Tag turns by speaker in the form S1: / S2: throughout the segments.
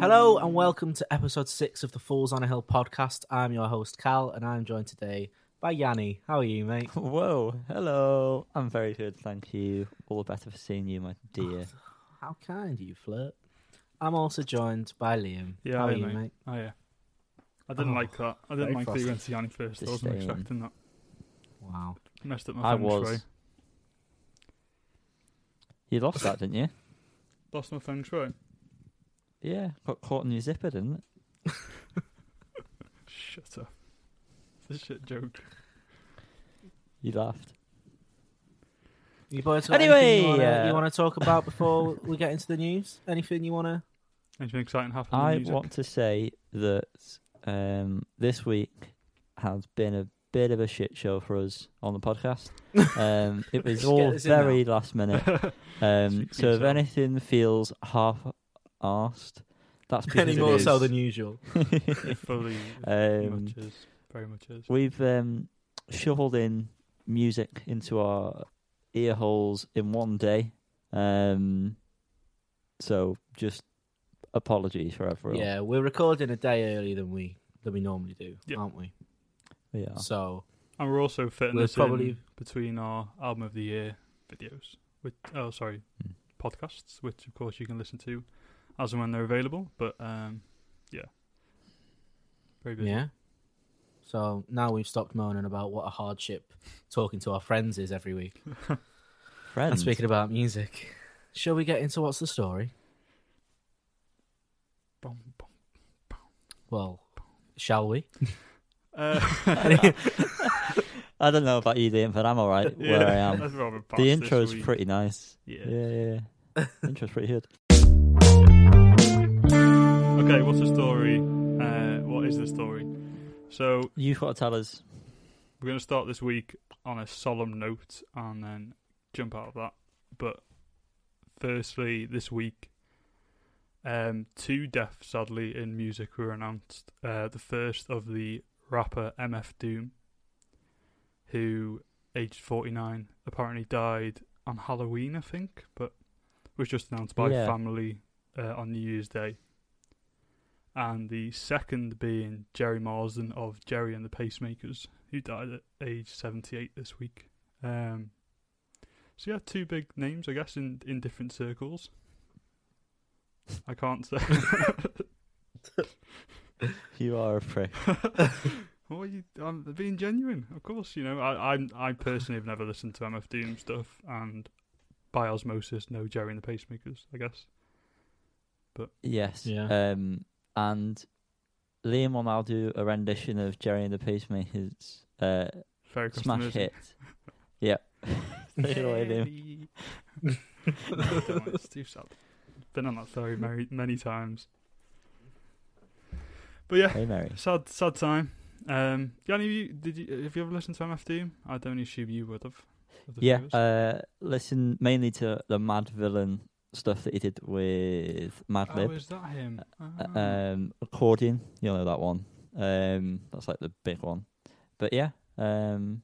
S1: Hello and welcome to episode six of the Fools on a Hill podcast. I'm your host Cal, and I'm joined today by Yanni. How are you, mate?
S2: Oh, Whoa, hello. I'm very good, thank you. All the better for seeing you, my dear.
S1: How kind you flirt. I'm also joined by Liam.
S3: Yeah,
S1: How
S3: I
S1: are you,
S3: know.
S1: mate?
S3: Oh yeah. I didn't
S1: Oh,
S3: like that. I didn't
S1: very
S3: like that you
S1: fussy.
S3: went to Yanni first. I
S2: Just
S3: wasn't
S2: stay on.
S3: expecting that.
S1: Wow.
S3: Messed up my
S2: I
S3: phone
S2: was.
S3: tray.
S2: You lost that, didn't you?
S3: Lost my phone tray.
S2: Yeah, got caught in your zipper, didn't it?
S3: Shut up. It's a shit joke.
S2: You laughed.
S1: You boys got anything you
S2: Anyway,
S1: wanna-
S2: uh,
S1: you want to talk about before we get into the news? Anything you want to?
S3: Anything exciting happened?
S2: I
S3: in music?
S2: want to say that um, this week has been a bit of a shit show for us on the podcast. Um, it was
S1: Just
S2: all
S1: get this in now.
S2: very last minute. Um,
S3: Speak for
S2: so if
S3: yourself.
S2: anything feels half-arsed, that's because
S1: Any
S2: it
S1: more
S2: is.
S1: so than usual.
S3: It fully very
S2: um,
S3: much is. Very much is.
S2: We've um, shoveled in music into our ear holes in one day. Um, so just apologies for everyone.
S1: Yeah, we're recording a day earlier than we than we normally do,
S3: Yeah.
S1: aren't we?
S2: We are.
S1: So
S3: And we're also fitting
S1: we're
S3: this
S1: probably-
S3: in between our album of the year videos. Which, oh, sorry,
S2: Hmm.
S3: podcasts, which of course you can listen to as and when they're available. But um, yeah, very busy.
S1: yeah. So now we've stopped moaning about what a hardship talking to our friends is every week.
S2: Friends.
S1: And speaking about music, shall we get into what's the story?
S3: Bum, bum.
S1: Well, shall we?
S3: Uh,
S2: I don't know about you, Liam, but I'm all right where I am.
S3: that's rather past
S2: The
S3: this
S2: intro's
S3: week.
S2: pretty nice.
S3: Yeah.
S2: Yeah, yeah. yeah. intro's pretty good.
S3: Okay, what's the story? Uh, what is the story? So
S2: You've got to tell us.
S3: we're going to start this week on a solemn note and then jump out of that. But firstly, this week, um, two deaths sadly in music were announced. Uh, the first of the rapper MF Doom, who, aged 49, apparently died on Halloween, I think, but was just announced by
S2: Yeah.
S3: family uh, on New Year's Day. And the second being Jerry Marsden of Jerry and the Pacemakers, who died at age 78 this week. Um, so yeah, two big names, I guess, in, in different circles. I can't say.
S2: You are a prick.
S3: what are you? I'm being genuine, of course. You know, I I'm, I personally have never listened to MF Doom stuff, and by osmosis, know Jerry and the Pacemakers. I guess.
S2: Yes.
S1: Yeah.
S2: Um, and Liam will now do a rendition of Jerry and the Pacemakers uh,
S3: Fair
S2: smash
S3: customers.
S2: hit. Yep. Take it away, Liam.
S3: Jerry. No, don't, it's too sad. Been on that ferry many many times. But yeah,
S2: Hey, Mary.
S3: sad sad time. Um, Yanni, have you did you have you ever listened to MF Doom? I don't assume you would have. of the
S2: Yeah,
S3: viewers.
S2: uh, listen mainly to the Mad Villain stuff that he did with
S3: oh,
S2: Madlib,
S3: is that him?
S2: Uh,
S3: Ah.
S2: um, accordion. You know that one. Um, that's like the big one. But yeah, um,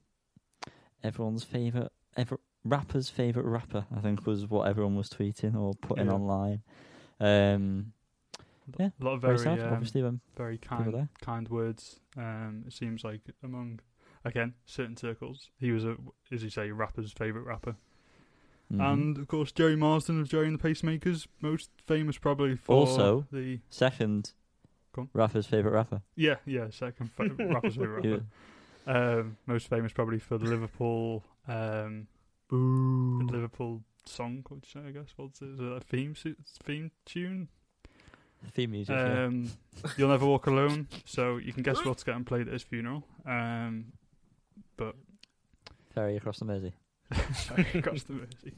S2: everyone's favorite, ever rapper's favorite rapper. I think was what everyone was tweeting or putting
S3: Yeah.
S2: online. Um, yeah,
S3: a lot of
S2: very,
S3: very
S2: sad,
S3: um,
S2: obviously. When
S3: very
S2: people
S3: kind
S2: die.
S3: kind words. Um, it seems like among again certain circles, he was a as you say rapper's favorite rapper,
S2: Mhm.
S3: and of course Jerry Marsden of Jerry and the Pacemakers, most famous probably for
S2: Also-
S3: the
S2: second
S3: Go on.
S2: rapper's favorite rapper.
S3: yeah yeah second fa- rapper's favorite
S2: Yeah.
S3: rapper, um, most famous probably for the Liverpool um the Liverpool song, would you say? I guess what's it? Is it a theme su- theme tune?
S2: Theme music. yeah.
S3: Um, You'll Never Walk Alone, so you can guess what's getting played at his funeral. Um, but
S2: Ferry across the Mersey.
S3: sorry, across the Mersey.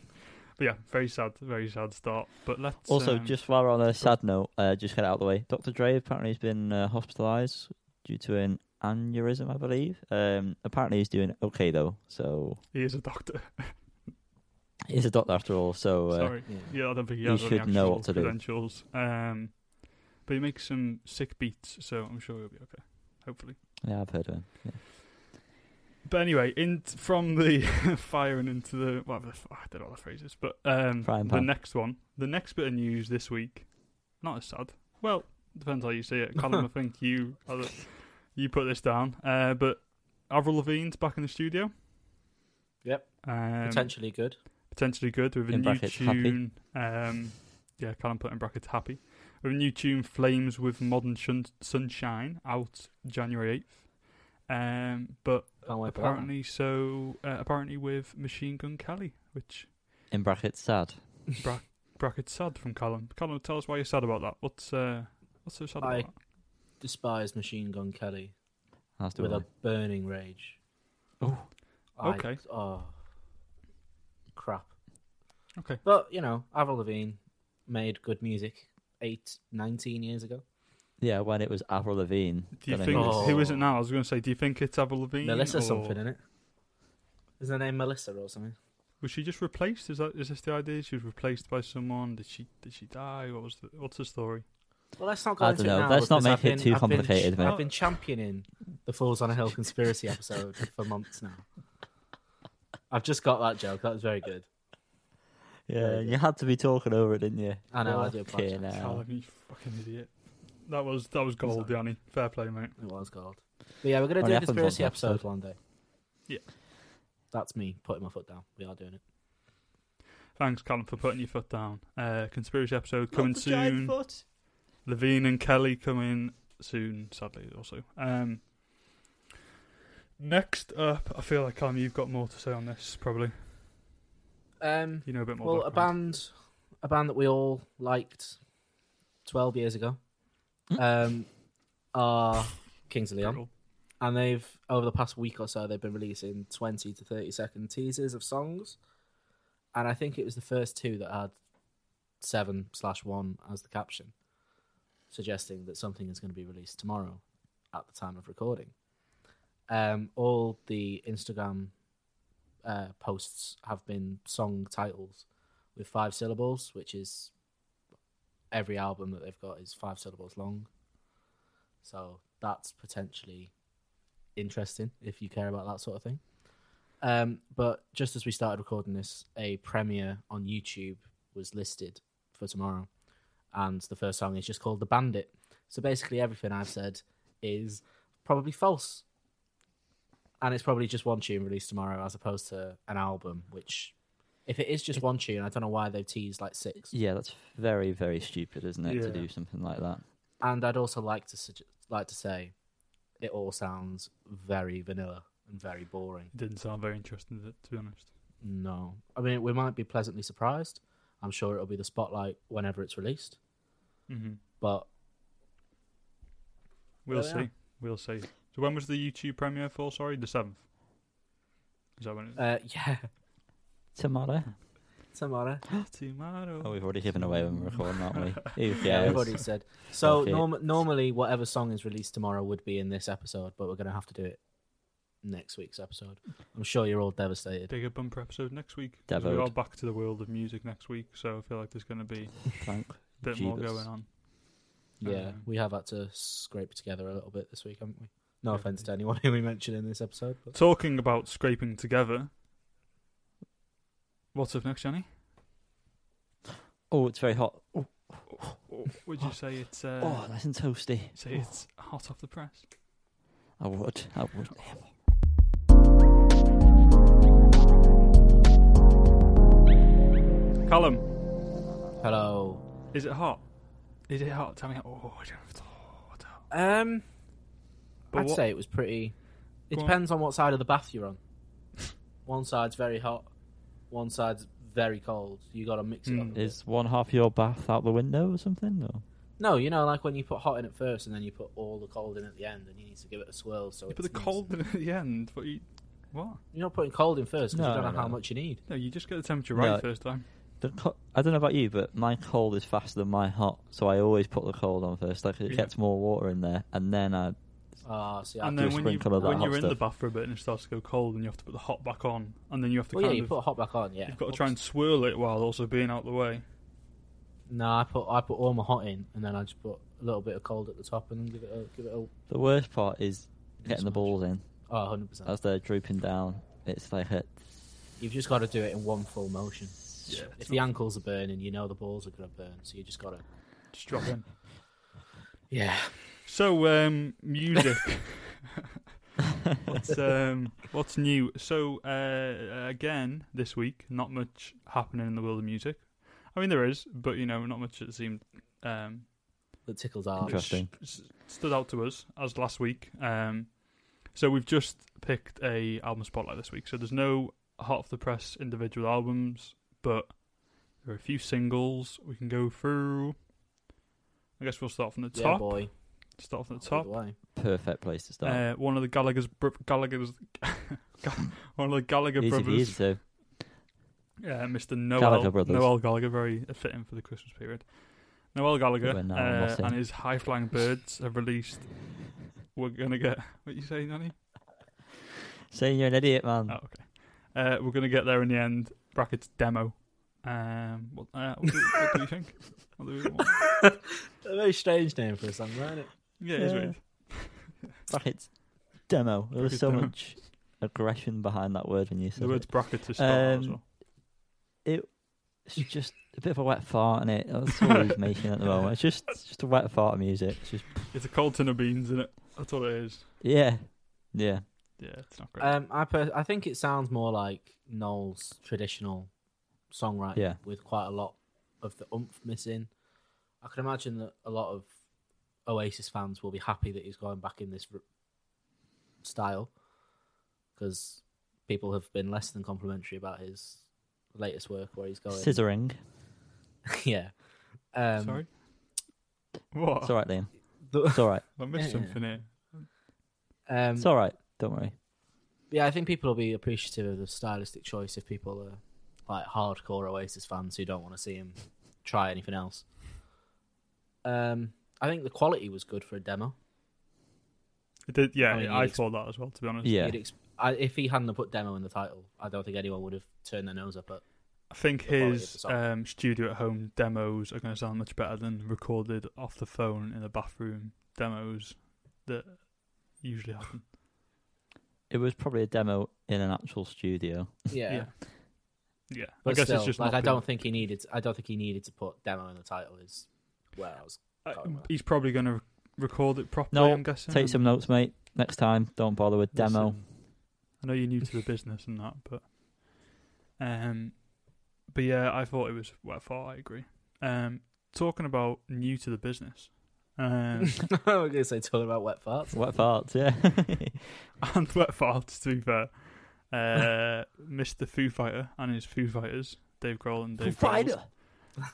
S3: But yeah, very sad, very sad start. But let's
S2: Also,
S3: um,
S2: just while we're on a sad note, uh, just get it out of the way. Dr. Dre apparently has been uh, hospitalised due to an aneurysm, I believe. Um, apparently, he's doing okay though. So
S3: he is a doctor.
S2: he's a doctor after all. So uh,
S3: sorry,
S1: Yeah.
S3: yeah, I don't think he,
S2: he
S3: has any
S2: should know
S3: actual
S2: what to do.
S3: credentials. Um, but he makes some sick beats, so I'm sure he'll be okay. Hopefully.
S2: yeah, I've heard of him. Yeah.
S3: But anyway, in from the fire and into the whatever the, f- I don't know what the phrase is, but um,
S2: Frying
S3: the
S2: pan.
S3: next one, the next bit of news this week, not as sad. Well, Depends how you see it. Callum, I think you are the- you put this down. Uh, but Avril Lavigne's back in the studio.
S1: Yep.
S3: Um,
S1: Potentially good.
S3: potentially good with a
S2: In
S3: new
S2: brackets, happy.
S3: tune. Um, yeah, Callum put in brackets happy. With a new tune, Flames with Modern Shun- Sunshine, out January 8th. Um, but
S1: Can't wait for that one.
S3: apparently, so uh, apparently with Machine Gun Kelly, which
S2: In brackets, sad.
S3: brackets sad from Callum. Callum, tell us why you're sad about that. What's uh, what's so sad
S1: I-
S3: about
S1: Despise Machine Gun Kelly
S2: That's
S1: with
S2: doing
S1: a burning rage.
S2: Oh.
S1: I-
S3: Okay.
S1: oh, crap.
S3: Okay.
S1: But you know, Avril Lavigne made good music eight, 19 years ago.
S2: Yeah, when it was Avril Lavigne.
S3: that? Do you
S2: then it
S3: think
S2: was-
S3: who
S1: Oh.
S3: is it now? I was going to say, do you think it's Avril Lavigne?
S1: Melissa
S3: or-
S1: something in it. Is her name Melissa or something?
S3: Was she just replaced? Is that is this the idea? She was replaced by someone. Did she did she die? What was the what's the story?
S1: Well, let's not go
S2: I
S1: into
S2: dunno,
S1: it now.
S2: let's not
S1: because
S2: make
S1: I've
S2: it
S1: been-
S2: too
S1: I've been ch-
S2: complicated, mate.
S1: I've been championing the Fools on a Hill conspiracy episode for months now. I've just got that joke. That was very good.
S2: Yeah, you had to be talking over it, didn't you?
S1: I know, I do
S2: Fucking
S1: apologise.
S2: hell.
S3: Callum, you fucking idiot. That was that was gold,
S1: Sorry.
S3: Danny. Fair play, mate.
S1: It was gold. But yeah, we're gonna
S2: Well,
S1: do a
S2: it happens on
S1: conspiracy
S2: the
S1: episode.
S2: episode.
S1: one day.
S3: Yeah.
S1: That's me putting my foot down. We are doing it.
S3: Thanks, Callum, for putting your foot down. Uh, conspiracy episode coming soon.
S2: foot.
S3: Levine and Kelly coming soon. Sadly, also. Um, next up, I feel like Callum, you've got more to say on this. Probably
S1: Um
S3: you know a bit more.
S1: well
S3: about
S1: a band a band that we all liked twelve years ago.
S2: Hmm?
S1: Um are Kings of Leon.
S3: Brutal.
S1: and they've over the past week or so they've been releasing 20 to 30 second teasers of songs and i think it was the first two that had 7 slash 1 as the caption suggesting that something is going to be released tomorrow at the time of recording um, all the instagram uh, posts have been song titles with five syllables which is every album that they've got is five syllables long so that's potentially interesting if you care about that sort of thing. Um, but just as we started recording this, a premiere on YouTube was listed for tomorrow, and the first song is just called "The Bandit." So basically, everything I've said is probably false, and it's probably just one tune released tomorrow, as opposed to an album. Which, if it is just one tune, I don't know why they've teased like six.
S2: Yeah, that's very, very stupid, isn't it, to
S3: Yeah.
S2: do something like that?
S1: And I'd also like to suggest, like to say, it all sounds very vanilla and very boring.
S3: It didn't sound very interesting, did it, to be honest.
S1: No. I mean, we might be pleasantly surprised. I'm sure it'll be the spotlight whenever it's released.
S3: Mm-hmm.
S1: But
S3: We'll
S1: There
S3: see.
S1: we are.
S3: We'll see. So when was the YouTube premiere for? Sorry, the seventh. Is that when? It
S1: uh, yeah,
S2: Tomorrow.
S1: tomorrow.
S3: tomorrow.
S2: Oh, we've already given away when we're recording, aren't we? Who
S1: Yeah,
S2: cares?
S1: we've already said. So
S2: Okay.
S1: norm- normally, whatever song is released tomorrow would be in this episode, but we're going to have to do it next week's episode. I'm sure you're all devastated.
S3: bigger bumper episode next week. 'cause We
S2: Devoed.
S3: are back to the world of music next week, so I feel like there's going to be
S2: Thank
S3: a bit more
S2: Jeebus.
S3: going on.
S1: Yeah,
S3: Um,
S1: we have had to scrape together a little bit this week, haven't we? No
S3: Yeah.
S1: offense to anyone who we mentioned in this episode. But...
S3: Talking about scraping together. What's up next, Johnny?
S2: Oh, it's very hot. Oh,
S3: Would you say it's uh,
S2: oh, nice and toasty.
S3: say it's hot off the press?
S2: I would. I would.
S3: Callum,
S1: Hello.
S3: is it hot? Is it hot? Tell me. Oh, I don't have to. Oh, I don't-
S1: Um,
S3: But
S1: I'd
S3: what-
S1: say it was pretty. It
S3: Go on.
S1: depends on. what side of the bath you're on. one side's very hot, one side's very cold. You got to mix it up.
S3: Hmm.
S1: a bit.
S2: Is one half of your bath out the window or something? Or?
S1: No, you know, like when you put hot in at first, and then you put all the cold in at the end, and you need to give it a swirl. So
S3: You
S1: it's
S3: put the
S1: nice.
S3: cold in at the end, but you what?
S1: You're not putting cold in first because
S2: No,
S1: you don't
S2: no,
S1: know how
S2: no.
S1: much you need.
S3: No, you just get the temperature right
S2: No.
S3: first time.
S2: The co- I don't know about you, but my cold is faster than my hot, so I always put the cold on first. Like it
S3: Yeah.
S2: gets more water in there, and then I
S1: Ah, see, I
S3: and
S1: do
S3: then
S2: a
S1: s-
S3: when you
S2: sprinkle of that
S3: when
S2: hot
S3: you're in the
S2: stuff.
S3: bath for a bit and it starts to go cold, and you have to put the hot back on, and then you have to
S1: well, Oh, yeah,
S3: kind
S1: you
S3: of
S1: put hot back on. Yeah,
S3: you've got to try and swirl it while also being out the way.
S1: No, I put I put all my hot in, and then I just put a little bit of cold at the top, and then give it a, give it a
S2: The worst part is getting the
S1: Smash.
S2: balls in
S1: oh, 100 percent.
S2: as they're drooping down. It's like a
S1: You've just got to do it in one full motion.
S3: Yeah,
S1: If the ankles are burning, you know the balls are going to burn, so you just got to.
S3: just drop in.
S1: Yeah.
S3: So, um, music. what's um, what's new? So, uh, again, this week, not much happening in the world of music. I mean, there is, but you know, not much that seemed um,
S1: That tickles our
S2: Interesting.
S3: s- stood out to us as last week. Um, so we've just picked a album spotlight this week. So there's no hot off the press individual albums, but there are a few singles we can go through. I guess we'll start from the
S1: yeah,
S3: top.
S1: boy.
S3: Start from the
S1: All
S3: top.
S1: the way.
S2: Perfect place to start.
S3: Uh, one of the Gallagher's br- Gallagher's Ga- one of the Gallagher
S2: easy,
S3: brothers,
S2: easy to
S3: uh, Mr. Noel
S2: Gallagher brothers.
S3: Noel Gallagher, very fitting for the Christmas period. Noel Gallagher
S2: We're now
S3: uh,
S2: lost in.
S3: and his High Flying Birds have released. We're gonna get what you say, Nanny?
S2: say you're an idiot, man.
S3: Oh, okay. Uh, we're gonna get there in the end. Brackets demo. Um, what, uh, what, do, what do you think? What do we want?
S1: A very strange name for a song, isn't it?
S3: Yeah, it's
S2: Yeah.
S3: weird.
S2: Brackets demo. There was
S3: Brackets
S2: so
S3: demo.
S2: much aggression behind that word when you said
S3: The words
S2: it.
S3: brackets are spelled out as
S2: Um,
S3: well.
S2: It's just a bit of a wet fart in it. That's all he's making at the moment. It's just it's just a wet fart of music. It's just
S3: It's a cold tin of beans, isn't it? That's what it is.
S2: yeah, yeah.
S3: Yeah, it's not great.
S1: Um, I per- I think it sounds more like Noel's traditional songwriting
S2: Yeah.
S1: with quite a lot of the oomph missing. I can imagine that a lot of Oasis fans will be happy that he's going back in this r- style because people have been less than complimentary about his latest work where he's going.
S2: Scissoring.
S1: yeah. Um,
S3: Sorry. What?
S2: It's all right, Liam.
S1: the- um,
S2: It's all right.
S3: I missed
S1: Yeah.
S3: something here.
S1: um,
S2: It's all right. Don't worry.
S1: yeah, I think people will be appreciative of the stylistic choice if people are like hardcore Oasis fans who don't want to see him try anything else. Um, I think the quality was good for a demo.
S3: It did, yeah,
S1: I mean,
S3: I,
S1: you'd ex-
S3: thought that as well. To be honest,
S2: Yeah.
S1: You'd ex- I, if he hadn't have put demo in the title, I don't think anyone would have turned their nose up at.
S3: I think
S1: The quality of the
S3: his
S1: song.
S3: um, studio at home demos are going to sound much better than recorded off the phone in the bathroom demos that usually happen.
S2: It was probably a demo in an actual studio.
S1: Yeah,
S3: Yeah. Yeah,
S1: but
S3: I guess
S1: still,
S3: it's just
S1: like
S3: not
S1: I
S3: been-
S1: don't think he needed. I don't think he needed to put demo in the title. Is where I was.
S3: I-
S1: Can't remember.
S3: Uh, he's probably going to record it properly.
S2: No,
S3: I'm guessing.
S2: Take some notes, mate. Next time, don't bother with
S3: Listen,
S2: demo.
S3: I know you're new to the business and that, but um, but yeah, I thought it was wet fart. I agree. Um, talking about new to the business, um,
S1: I'm going to say talking about wet farts.
S2: Wet farts, yeah.
S3: and wet farts. To be fair, uh, Mr. Foo Fighter and his Foo Fighters, Dave Grohl and Dave Grohl,
S2: Friday.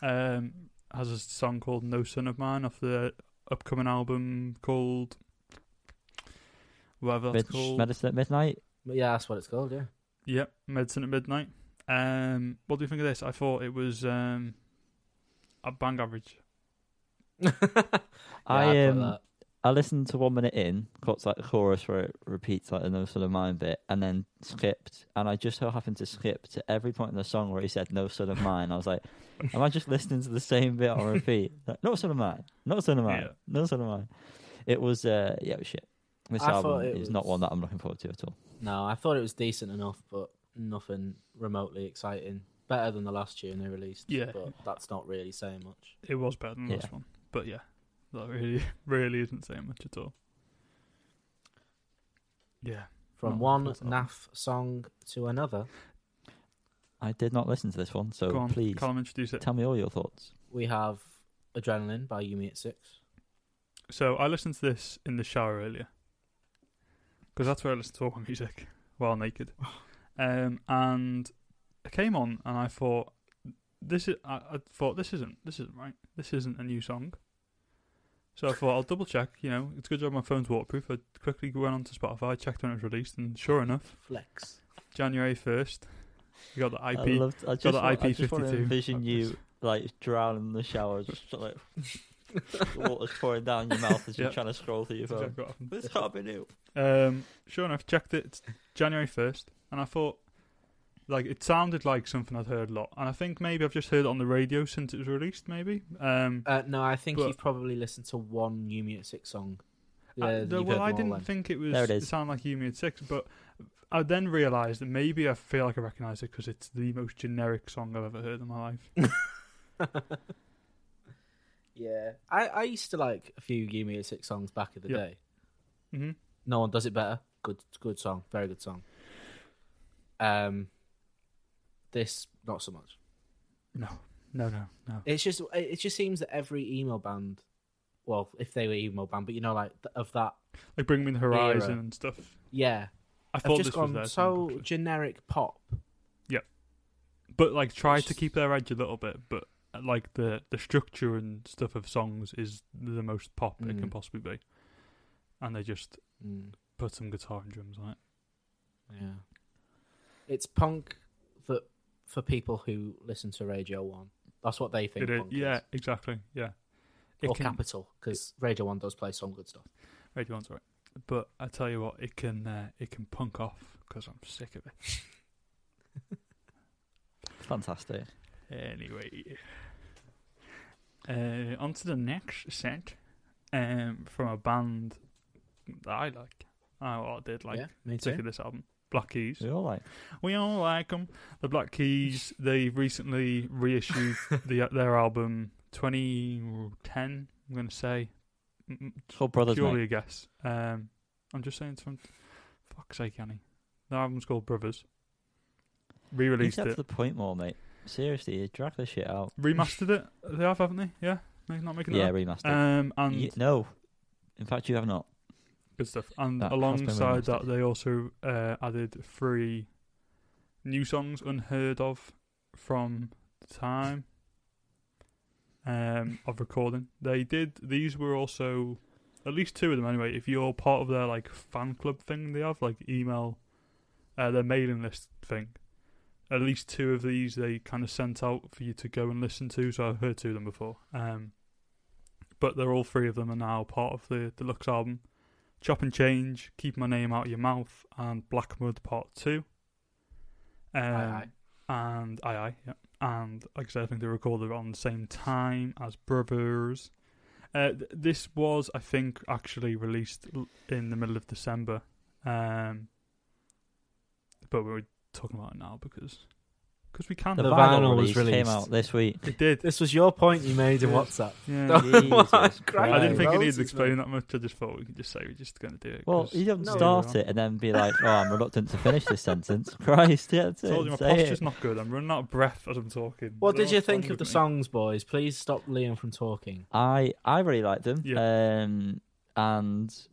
S3: um, has a song called "No Son of Mine" off the upcoming album called whatever that's
S2: Mid-
S3: called.
S2: medicine at midnight.
S1: But yeah, that's what it's called. Yeah,
S3: Yep, Medicine at Midnight. Um, what do you think of this? I thought it was um, a bang average.
S2: I
S1: Yeah, I'd put
S2: um,
S1: that.
S2: I listened to one minute in, cuts like the chorus where it repeats like the no son of mine bit, and then skipped. And I just so happened to skip to every point in the song where he said no son of mine. I was like, am I just listening to the same bit on repeat? Like, no son of mine, no son of mine,
S3: Yeah.
S2: no son of mine. It was uh, yeah, it was shit. This
S1: I
S2: album
S1: thought it
S2: is not
S1: was-
S2: one that I'm looking forward to at all.
S1: No, I thought it was decent enough, but nothing remotely exciting. Better than the last tune they released.
S3: Yeah.
S1: But that's not really saying much.
S3: It was better than this
S2: Yeah.
S3: one, but yeah, that really, really isn't saying much at all. Yeah,
S1: From
S3: No,
S1: one
S3: that's not.
S1: naff song to another,
S2: I did not listen to this one, so
S3: go on,
S2: Oh, please
S3: Callum, introduce it.
S2: tell me all your thoughts.
S1: we have Adrenaline by Yumi at Six.
S3: So I listened to this in the shower earlier because that's where I listen to all my music while naked. Um, and I came on and I thought this is I, I thought this isn't this isn't right. This isn't a new song. So I thought I'll double check. You know, it's a good job my phone's waterproof. I quickly went on to Spotify, checked when it was released, and sure enough,
S1: Flex.
S3: January first, we got the
S2: I
S3: IP.
S2: loved. I
S3: got
S2: just,
S3: the
S2: want, I just want to
S3: IP52.
S2: envision you like drowning in the shower, just like water's pouring down your mouth as you're
S3: Yep.
S2: trying to scroll through your
S3: That's
S2: phone.
S3: exactly what happened.
S2: This can't be new.
S3: Um, sure enough, checked it. It's January first, and I thought, like, it sounded like something I'd heard a lot, and I think maybe I've just heard it on the radio since it was released. Maybe. Um,
S1: Uh, no, I think
S3: But-
S1: you've probably listened to one Yumi at Six song. Yeah,
S3: I-
S1: you've
S3: no,
S1: heard
S3: well,
S1: them
S3: I
S1: all
S3: didn't
S1: then.
S3: think it was.
S2: There it
S3: It
S2: is.
S3: sounded like you made six, but I then realised that maybe I feel like I recognise it because it's the most generic song I've ever heard in my life.
S1: Yeah, I, I used to like a few Yumi Six songs back in the
S3: Yeah.
S1: day.
S3: Mm-hmm.
S1: No one does it better. Good, good song, very good song. Um, this not so much.
S3: No, no, no, no.
S1: It's just it it just seems that every emo band, well, if they were emo band, but you know, like th- of that,
S3: Like Bring Me the Horizon
S1: Era.
S3: and stuff.
S1: yeah,
S3: I
S1: have
S3: thought
S1: just
S3: this was
S1: gone
S3: their
S1: so
S3: sound, actually.
S1: generic pop.
S3: but like try
S1: It's
S3: to
S1: just-
S3: keep their edge a little bit. But uh, like the the structure and stuff of songs is the most pop it can
S1: Mm.
S3: possibly be, and they just
S1: Mm,
S3: put some guitar and drums on it.
S1: yeah, it's punk that for people who listen to Radio One. That's what they think.
S3: It is-
S1: punk
S3: yeah,
S1: is.
S3: exactly, yeah. It
S1: or
S3: can,
S1: Capital, because Radio One does play some good stuff.
S3: Radio One's alright, but I tell you what, it can uh, it can punk off because I'm sick of it.
S2: Fantastic.
S3: Anyway, uh, on to the next set, um, from a band that I like. I, well, I did like.
S1: yeah, me
S3: Sick
S1: too.
S3: of this album, Black Keys.
S2: You're all like,
S3: We all like them. The Black Keys. They recently reissued the, uh, their album 2010. I'm going to say M- m-
S2: it's called Brothers,
S3: purely
S2: mate.
S3: a guess. Um, I'm just saying. From fuck's sake, Annie. The album's called Brothers.
S2: You
S3: Re-released
S2: get to
S3: it,
S2: the point more, mate. Seriously, you drag the shit out.
S3: remastered it. They have, haven't they? Yeah, Make- not making it.
S2: Yeah,
S3: up.
S2: remastered.
S3: Um, and
S2: You- no. In fact, you have not.
S3: good stuff. And
S2: That has been
S3: alongside that,
S2: remastered.
S3: they also uh, added three new songs unheard of from the time um, of recording. They did these were also at least two of them anyway. If you're part of their like fan club thing, they have like email, uh, their mailing list thing. At least two of these they kind of sent out for you to go and listen to. So I've heard two of them before. Um, but they're all three of them are now part of the deluxe album. Chop and Change, Keep My Name Out of Your Mouth, and Black Mud Part 2.
S1: Aye,
S3: Um,
S1: aye.
S3: And aye, aye, yeah. And like I said, I think they recorded on the same time as Brothers. Uh, th- this was, I think, actually released l- in the middle of December. Um, but we were talking about it now because cause we can.
S1: The
S3: now.
S1: vinyl was
S2: came
S1: released.
S2: out this week.
S3: It did.
S1: This was your point you made in
S3: Yeah.
S1: WhatsApp.
S3: Yeah.
S1: Don't
S2: Jesus
S1: Christ.
S2: Christ.
S3: I didn't think it
S1: Roses,
S3: needed explaining
S1: mate.
S3: that much. I just thought we could just say we're just going to do it.
S2: Well,
S3: 'cause
S2: you don't
S1: No.
S2: start
S3: Yeah.
S2: it and then be like, "Oh, I'm reluctant to finish this sentence." Christ, yeah, that's
S3: Told you my
S2: it. Say
S3: posture's
S2: it.
S3: not good. I'm running out of breath as I'm talking.
S1: What
S3: I don't
S1: did
S3: know
S1: you
S3: what's wrong
S1: think of
S3: with
S1: the
S3: me.
S1: songs, boys? Please stop Liam from talking.
S2: I I really liked them, um, and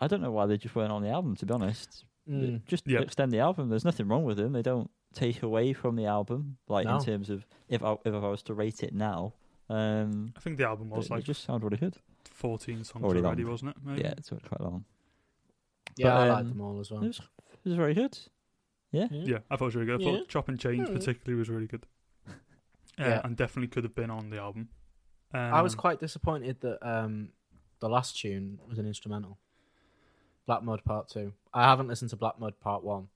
S2: I don't know why they just weren't on the album. To be honest,
S1: Mm.
S2: just
S3: Hmm. Yeah.
S2: extend the album. There's nothing wrong with them. They don't take away from the album, like
S1: No.
S2: in terms of if I, if I was to rate it now, um,
S3: I think the album
S2: they,
S3: was
S2: they
S3: like Hmm.
S2: just sound really good.
S3: 14 songs
S2: Already
S3: already,
S2: long.
S3: wasn't it? Maybe?
S2: Yeah, it's quite long.
S1: Yeah,
S2: But,
S1: I
S2: um,
S1: like them all as well.
S2: It was it was very good.
S3: Yeah, I thought it was really good. I
S1: Mm-hmm. Yeah.
S3: thought Chop and Change
S1: Hmm.
S3: particularly was really good. Uh,
S1: Yeah.
S3: And definitely could have been on the album. Um,
S1: I was quite disappointed that um, the last tune was an instrumental. Black Mud Part Two. I haven't listened to Black Mud Part One.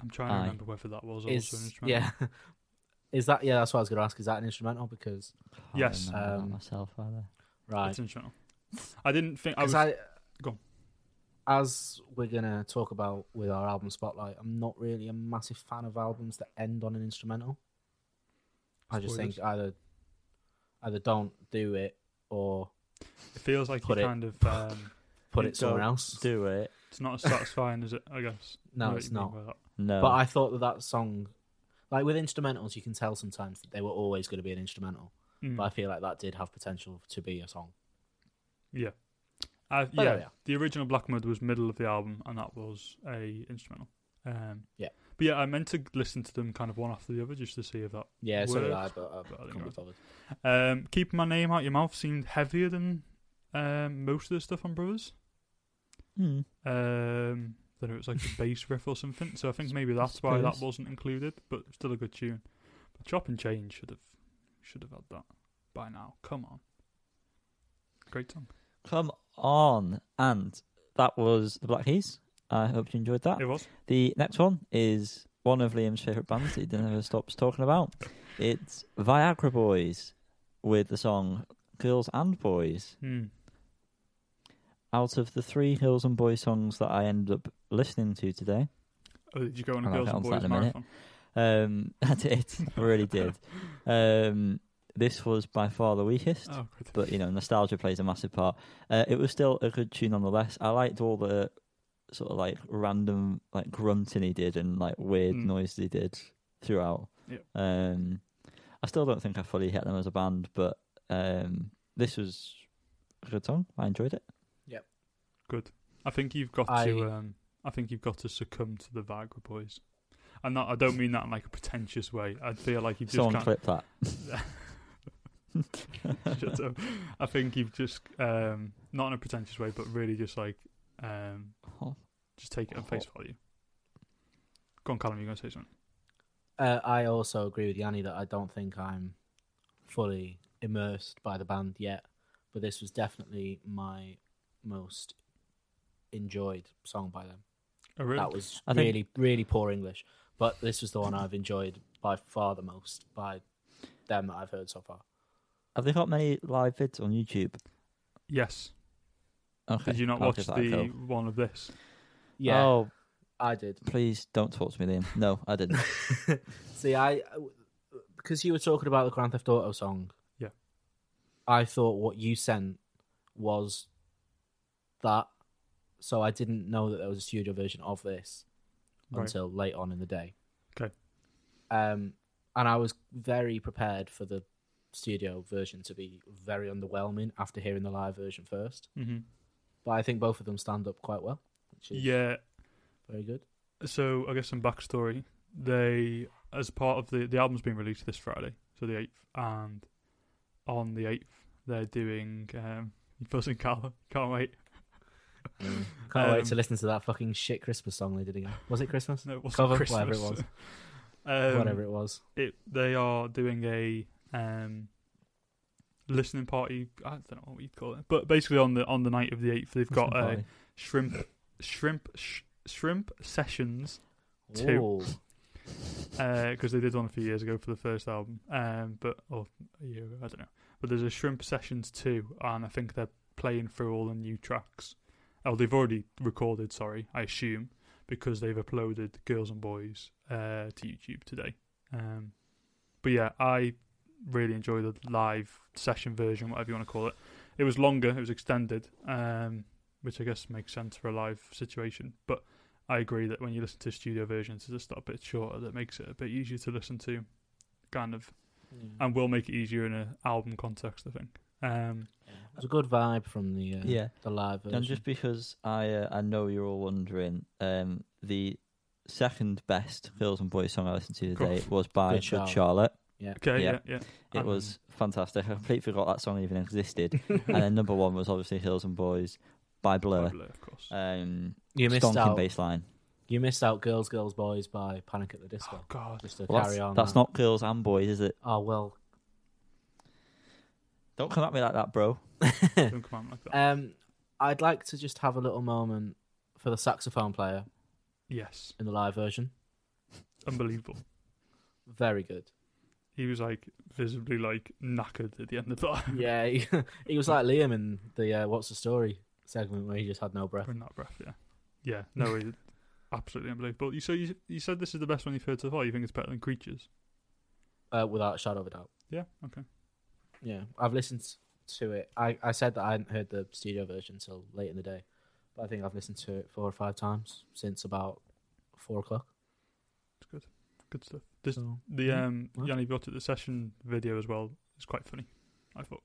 S3: I'm trying to
S2: Aye.
S3: remember whether that was also an
S1: Is
S3: instrument.
S1: yeah, is that yeah? That's what I was going to ask. Is that an instrumental? Because
S2: Can't
S3: Yes.
S2: remember that
S1: Um,
S2: myself either.
S1: right,
S3: It's instrumental. I didn't think I
S1: because
S3: was.
S1: I,
S3: Go on.
S1: as we're gonna talk about with our album spotlight, I'm not really a massive fan of albums that end on an instrumental. I just think
S3: Spoilers.
S1: either either don't do it or
S3: it feels like you
S1: put it-
S3: kind of. Um,
S1: put
S2: You
S1: it somewhere
S2: don't
S1: else.
S2: Do it.
S3: it's not as satisfying as it, I guess. I know
S1: no,
S3: what
S1: it's
S3: you mean
S1: not.
S3: by that.
S2: No,
S1: But I thought that that song, like with instrumentals, you can tell sometimes that they were always going to be an instrumental.
S3: Mm.
S1: But I feel like that did have potential to be a song.
S3: Yeah. I,
S1: But there we
S3: yeah.
S1: are.
S3: The original Black Mud was middle of the album, and that was a instrumental. Um,
S1: Yeah.
S3: But yeah, I meant to listen to them kind of one after the other just to see if that.
S1: Yeah, so did I,
S3: Worked,
S1: but I
S3: but I
S1: couldn't be
S3: didn't
S1: bothered.
S3: Um, Keep my name out your mouth seemed heavier than um, most of the stuff on Brothers.
S2: Hmm.
S3: Um, then it was like a bass riff or something. So I think maybe that's why that wasn't included, but still a good tune. But Chop and Change should have should have had that by now. Come on, great song.
S2: Come on. And that was The Black Keys. I hope you enjoyed that.
S3: It was.
S2: The next one is one of Liam's favourite bands that he never stops talking about. It's Viagra Boys with the song Girls and Boys.
S3: Hmm.
S2: Out of the three Girls and Boys songs that I ended up listening to today,
S3: Oh, did you go on a
S2: I'll
S3: girls
S2: get
S3: and
S2: onto that
S3: boys
S2: in a minute.
S3: marathon?
S2: um, I did. I really did. Um, This was by far the weakest,
S3: Oh, good.
S2: but you know, nostalgia plays a massive part. Uh, it was still a good tune nonetheless. I liked all the sort of like random like grunting he did and like weird
S3: Mm.
S2: noises he did throughout.
S3: Yep.
S2: Um, I still don't think I fully hit them as a band, but um, this was a good song. I enjoyed it.
S3: I think you've got
S1: I-
S3: to. Um, I think you've got to succumb to the Viagra boys, and that I don't mean that in like a pretentious way. I feel like you just
S2: Someone
S3: can't.
S2: clip that.
S3: Shut up. I think you've just um, not in a pretentious way, but really just like um,
S2: Oh.
S3: just take it at face value. Go on, Callum. You're gonna say something.
S1: Uh, I also agree with Yanni that I don't think I'm fully immersed by the band yet, but this was definitely my most enjoyed song by them.
S3: Oh, really?
S1: That was
S2: I think-
S1: really, really poor English, but this was the one I've enjoyed by far the most by them that I've heard so far.
S2: Have they got many live vids on YouTube?
S3: yes.
S2: Okay.
S3: Did you not
S2: I'll
S3: watch
S2: give that a
S3: the
S2: go.
S3: one of this?
S1: Yeah,
S2: Oh,
S1: I did.
S2: please don't talk to me, Liam. No, I didn't.
S1: See, I because you were talking about the Grand Theft Auto song.
S3: Yeah.
S1: I thought what you sent was that, so I didn't know that there was a studio version of this
S3: Right.
S1: until late on in the day.
S3: Okay.
S1: Um, and I was very prepared for the studio version to be very underwhelming after hearing the live version first.
S3: Mm-hmm.
S1: But I think both of them stand up quite well, which is
S3: Yeah.
S1: very good.
S3: So I guess some backstory. They, as part of the the album's been released this Friday, so the eighth, and on the eighth they're doing. Um, you buzzing, Callum. Can't wait.
S1: Can't wait to
S3: Um,
S1: listen to that fucking shit Christmas song they did again. Was it Christmas?
S3: No, it wasn't
S1: Cover,
S3: Christmas.
S1: whatever it was.
S3: um,
S1: whatever it was.
S3: it they are doing a um listening party i don't know what you'd call it but basically on the on the night of the 8th they've got a
S2: Probably.
S3: shrimp shrimp sh- shrimp sessions two.
S1: Ooh.
S3: because Uh, they did one a few years ago for the first album um but or a year ago i don't know but there's a shrimp sessions 2 and i think they're playing through all the new tracks oh they've already recorded sorry i assume because they've uploaded girls and boys uh to youtube today um but yeah i really enjoy the live session version whatever you want to call it it was longer it was extended um which i guess makes sense for a live situation but i agree that when you listen to studio versions it's just a bit shorter that makes it a bit easier to listen to kind of
S2: Um,
S1: Yeah.
S3: and will make it easier in an album context i think um
S1: It was a good vibe from the uh,
S2: Yeah.
S1: the live version.
S2: And just because I uh, I know you're all wondering, um, the second best girls and boys song I listened to
S3: Cool.
S2: today was by
S1: Good
S2: Good
S1: shout.
S2: Charlotte.
S3: okay
S2: Yeah.
S3: yeah yeah,
S2: It
S3: Um,
S2: was fantastic. I completely forgot that song even existed. and then number one was obviously Hills and Boys by Blur.
S3: Blur, of course
S1: Uh,
S2: Um,
S1: you missed
S2: stonking
S1: out.
S2: bassline.
S1: You missed out. Girls, girls, boys by Panic at the Disco.
S3: oh god
S1: Just to
S2: Well,
S1: carry
S2: that's
S1: on.
S2: that's
S1: that.
S2: not girls and boys, is it?
S1: Oh well.
S2: Don't come at me like that, bro.
S3: don't come out like that
S1: Um, I'd like to just have a little moment for the saxophone player
S3: yes
S1: in the live version.
S3: unbelievable
S1: Very good.
S3: he was like visibly like knackered at the end of that
S1: Yeah, he, he was like Liam in the uh, What's the Story segment where he just had no breath.
S3: Bring that breath, yeah. Yeah, no, it, absolutely unbelievable. You so you, you said this is the best one you've heard so far. You think it's better than Creatures?
S1: Uh, without a shadow of a doubt.
S3: Yeah, okay.
S1: Yeah, I've listened to it. I, I said that I hadn't heard the studio version till late in the day, but I think I've listened to it four or five times since about four o'clock.
S3: It's good. Good stuff. This
S1: So
S3: the
S1: yeah,
S3: um
S1: well.
S3: Yanni got at the session video as well. It's quite funny. I thought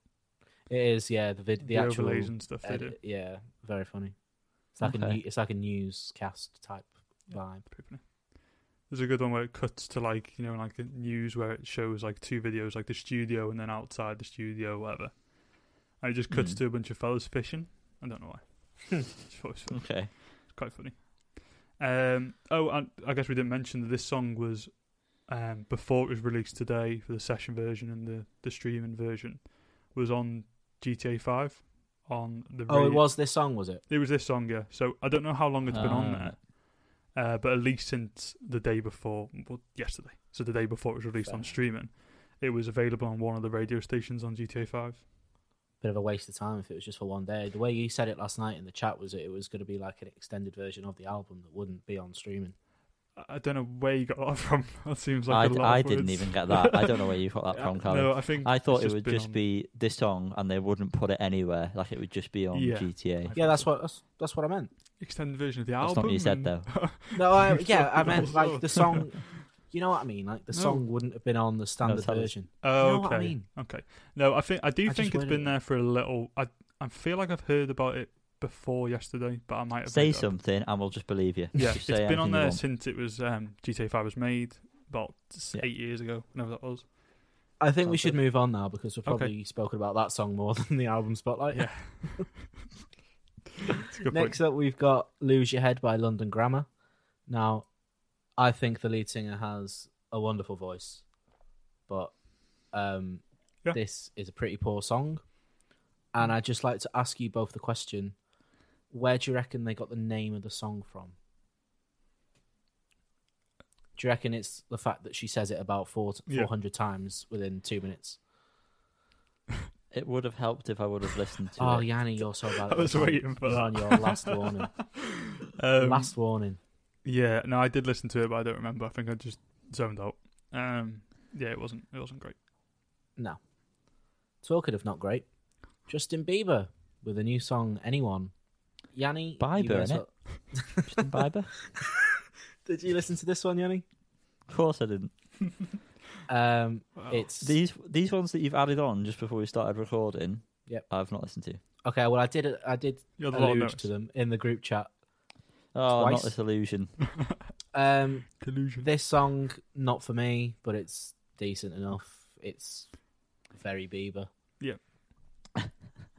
S1: it is, yeah. The vid, the, actual
S3: overlays and stuff they do.
S1: edit, yeah, very funny. It's like a
S2: Okay.
S1: new, it's like a newscast type
S3: Yeah.
S1: vibe.
S3: Pretty funny. There's a good one where it cuts to like you know like the news where it shows like two videos like the studio and then outside the studio whatever, and it just cuts
S1: Hmm.
S2: Mm.
S3: to a bunch of fellas fishing. I don't know why. It's always funny.
S2: Okay.
S3: It's quite funny. Um, oh, and I guess we didn't mention that this song was um, before it was released today for the session version and the, the streaming version was on GTA Five on the.
S1: Oh, it
S3: radio-
S1: was this song, was it?
S3: It was this song, yeah. So I don't know how long it's been
S1: Ah.
S3: on there, uh, but at least since the day before, well, yesterday. So the day before it was released on
S1: Fair.
S3: streaming, it was available on one of the radio stations on GTA Five.
S1: Bit of a waste of time if it was just for one day. The way you said it last night in the chat was that it was going to be like an extended version of the album that wouldn't be on streaming.
S3: I don't know where you got that from. That seems like
S2: I,
S3: a
S2: d-
S3: lot
S2: I
S3: of
S2: didn't
S3: words.
S2: even get that. I don't know where you got that from, Colin.
S3: No, I think
S2: I thought
S3: it's
S2: it would
S3: been
S2: just
S3: on-
S2: be this song, and they wouldn't put it anywhere. Like it would just be on
S3: Yeah.
S2: GTA.
S1: Yeah, that's what that's, that's what I meant.
S3: extended version of the
S2: That's
S3: album.
S2: not what you said
S3: and-
S2: though.
S1: No, I, yeah, I meant
S3: Oh.
S1: like the song. You know what I mean? Like the
S3: No.
S1: song wouldn't have been on the standard
S2: tell us.
S1: version.
S3: Oh,
S1: You know
S3: okay.
S1: what I mean?
S3: Okay. No, I think I do
S1: I
S3: think
S1: just
S3: it's
S1: read
S3: been
S1: it.
S3: there for a little. I I feel like I've heard about it before yesterday, but I might have
S2: Say
S3: made it up.
S2: something, and we'll just believe you.
S3: Yeah,
S2: Just
S3: it's
S2: say
S3: been
S2: anything
S3: on
S2: you
S3: there
S2: want.
S3: since it was um, GTA Five was made about s-
S2: Yeah.
S3: eight years ago, whenever that was.
S1: I think we
S2: Sounds
S1: should
S2: good.
S1: move on now because we've
S3: Okay.
S1: probably spoken about that song more than the album spotlight.
S3: Yeah. It's a good
S1: Next
S3: point.
S1: up, we've got "Lose Your Head" by London Grammar. Now, I think the lead singer has a wonderful voice, but um,
S3: Yeah.
S1: this is a pretty poor song. And I'd just like to ask you both the question: Where do you reckon they got the name of the song from? Do you reckon it's the fact that she says it about four
S3: Yeah.
S1: four hundred times within two minutes?
S2: It would have helped if I would have listened to
S1: Oh,
S2: it.
S1: Yanni, you're so bad.
S3: I
S1: at
S3: was
S1: this one.
S3: waiting for
S1: You're
S3: that.
S1: on your last warning.
S3: Um,
S1: last warning.
S3: Yeah, no, I did listen to it, but I don't remember. I think I just zoned out. Um, yeah, it wasn't. It wasn't great.
S1: No. Talking of not great, Justin Bieber with a new song, Anyone. Yanni. you
S2: Bieber,
S1: may as
S2: innit?
S1: well-
S2: Justin Bieber.
S1: Did you listen to this one, Yanni?
S2: Of course, I didn't.
S1: Um,
S3: Wow.
S1: it's
S2: These these ones that you've added on just before we started recording.
S1: Yep.
S2: I've not listened to.
S1: okay. Well, I did. I did
S3: You're the lot of
S1: allude
S3: notes.
S1: to them in the group chat.
S2: Oh,
S1: Twice.
S2: not this illusion.
S1: Um,
S3: Collusion.
S1: this song, not for me, but it's decent enough. It's very Bieber.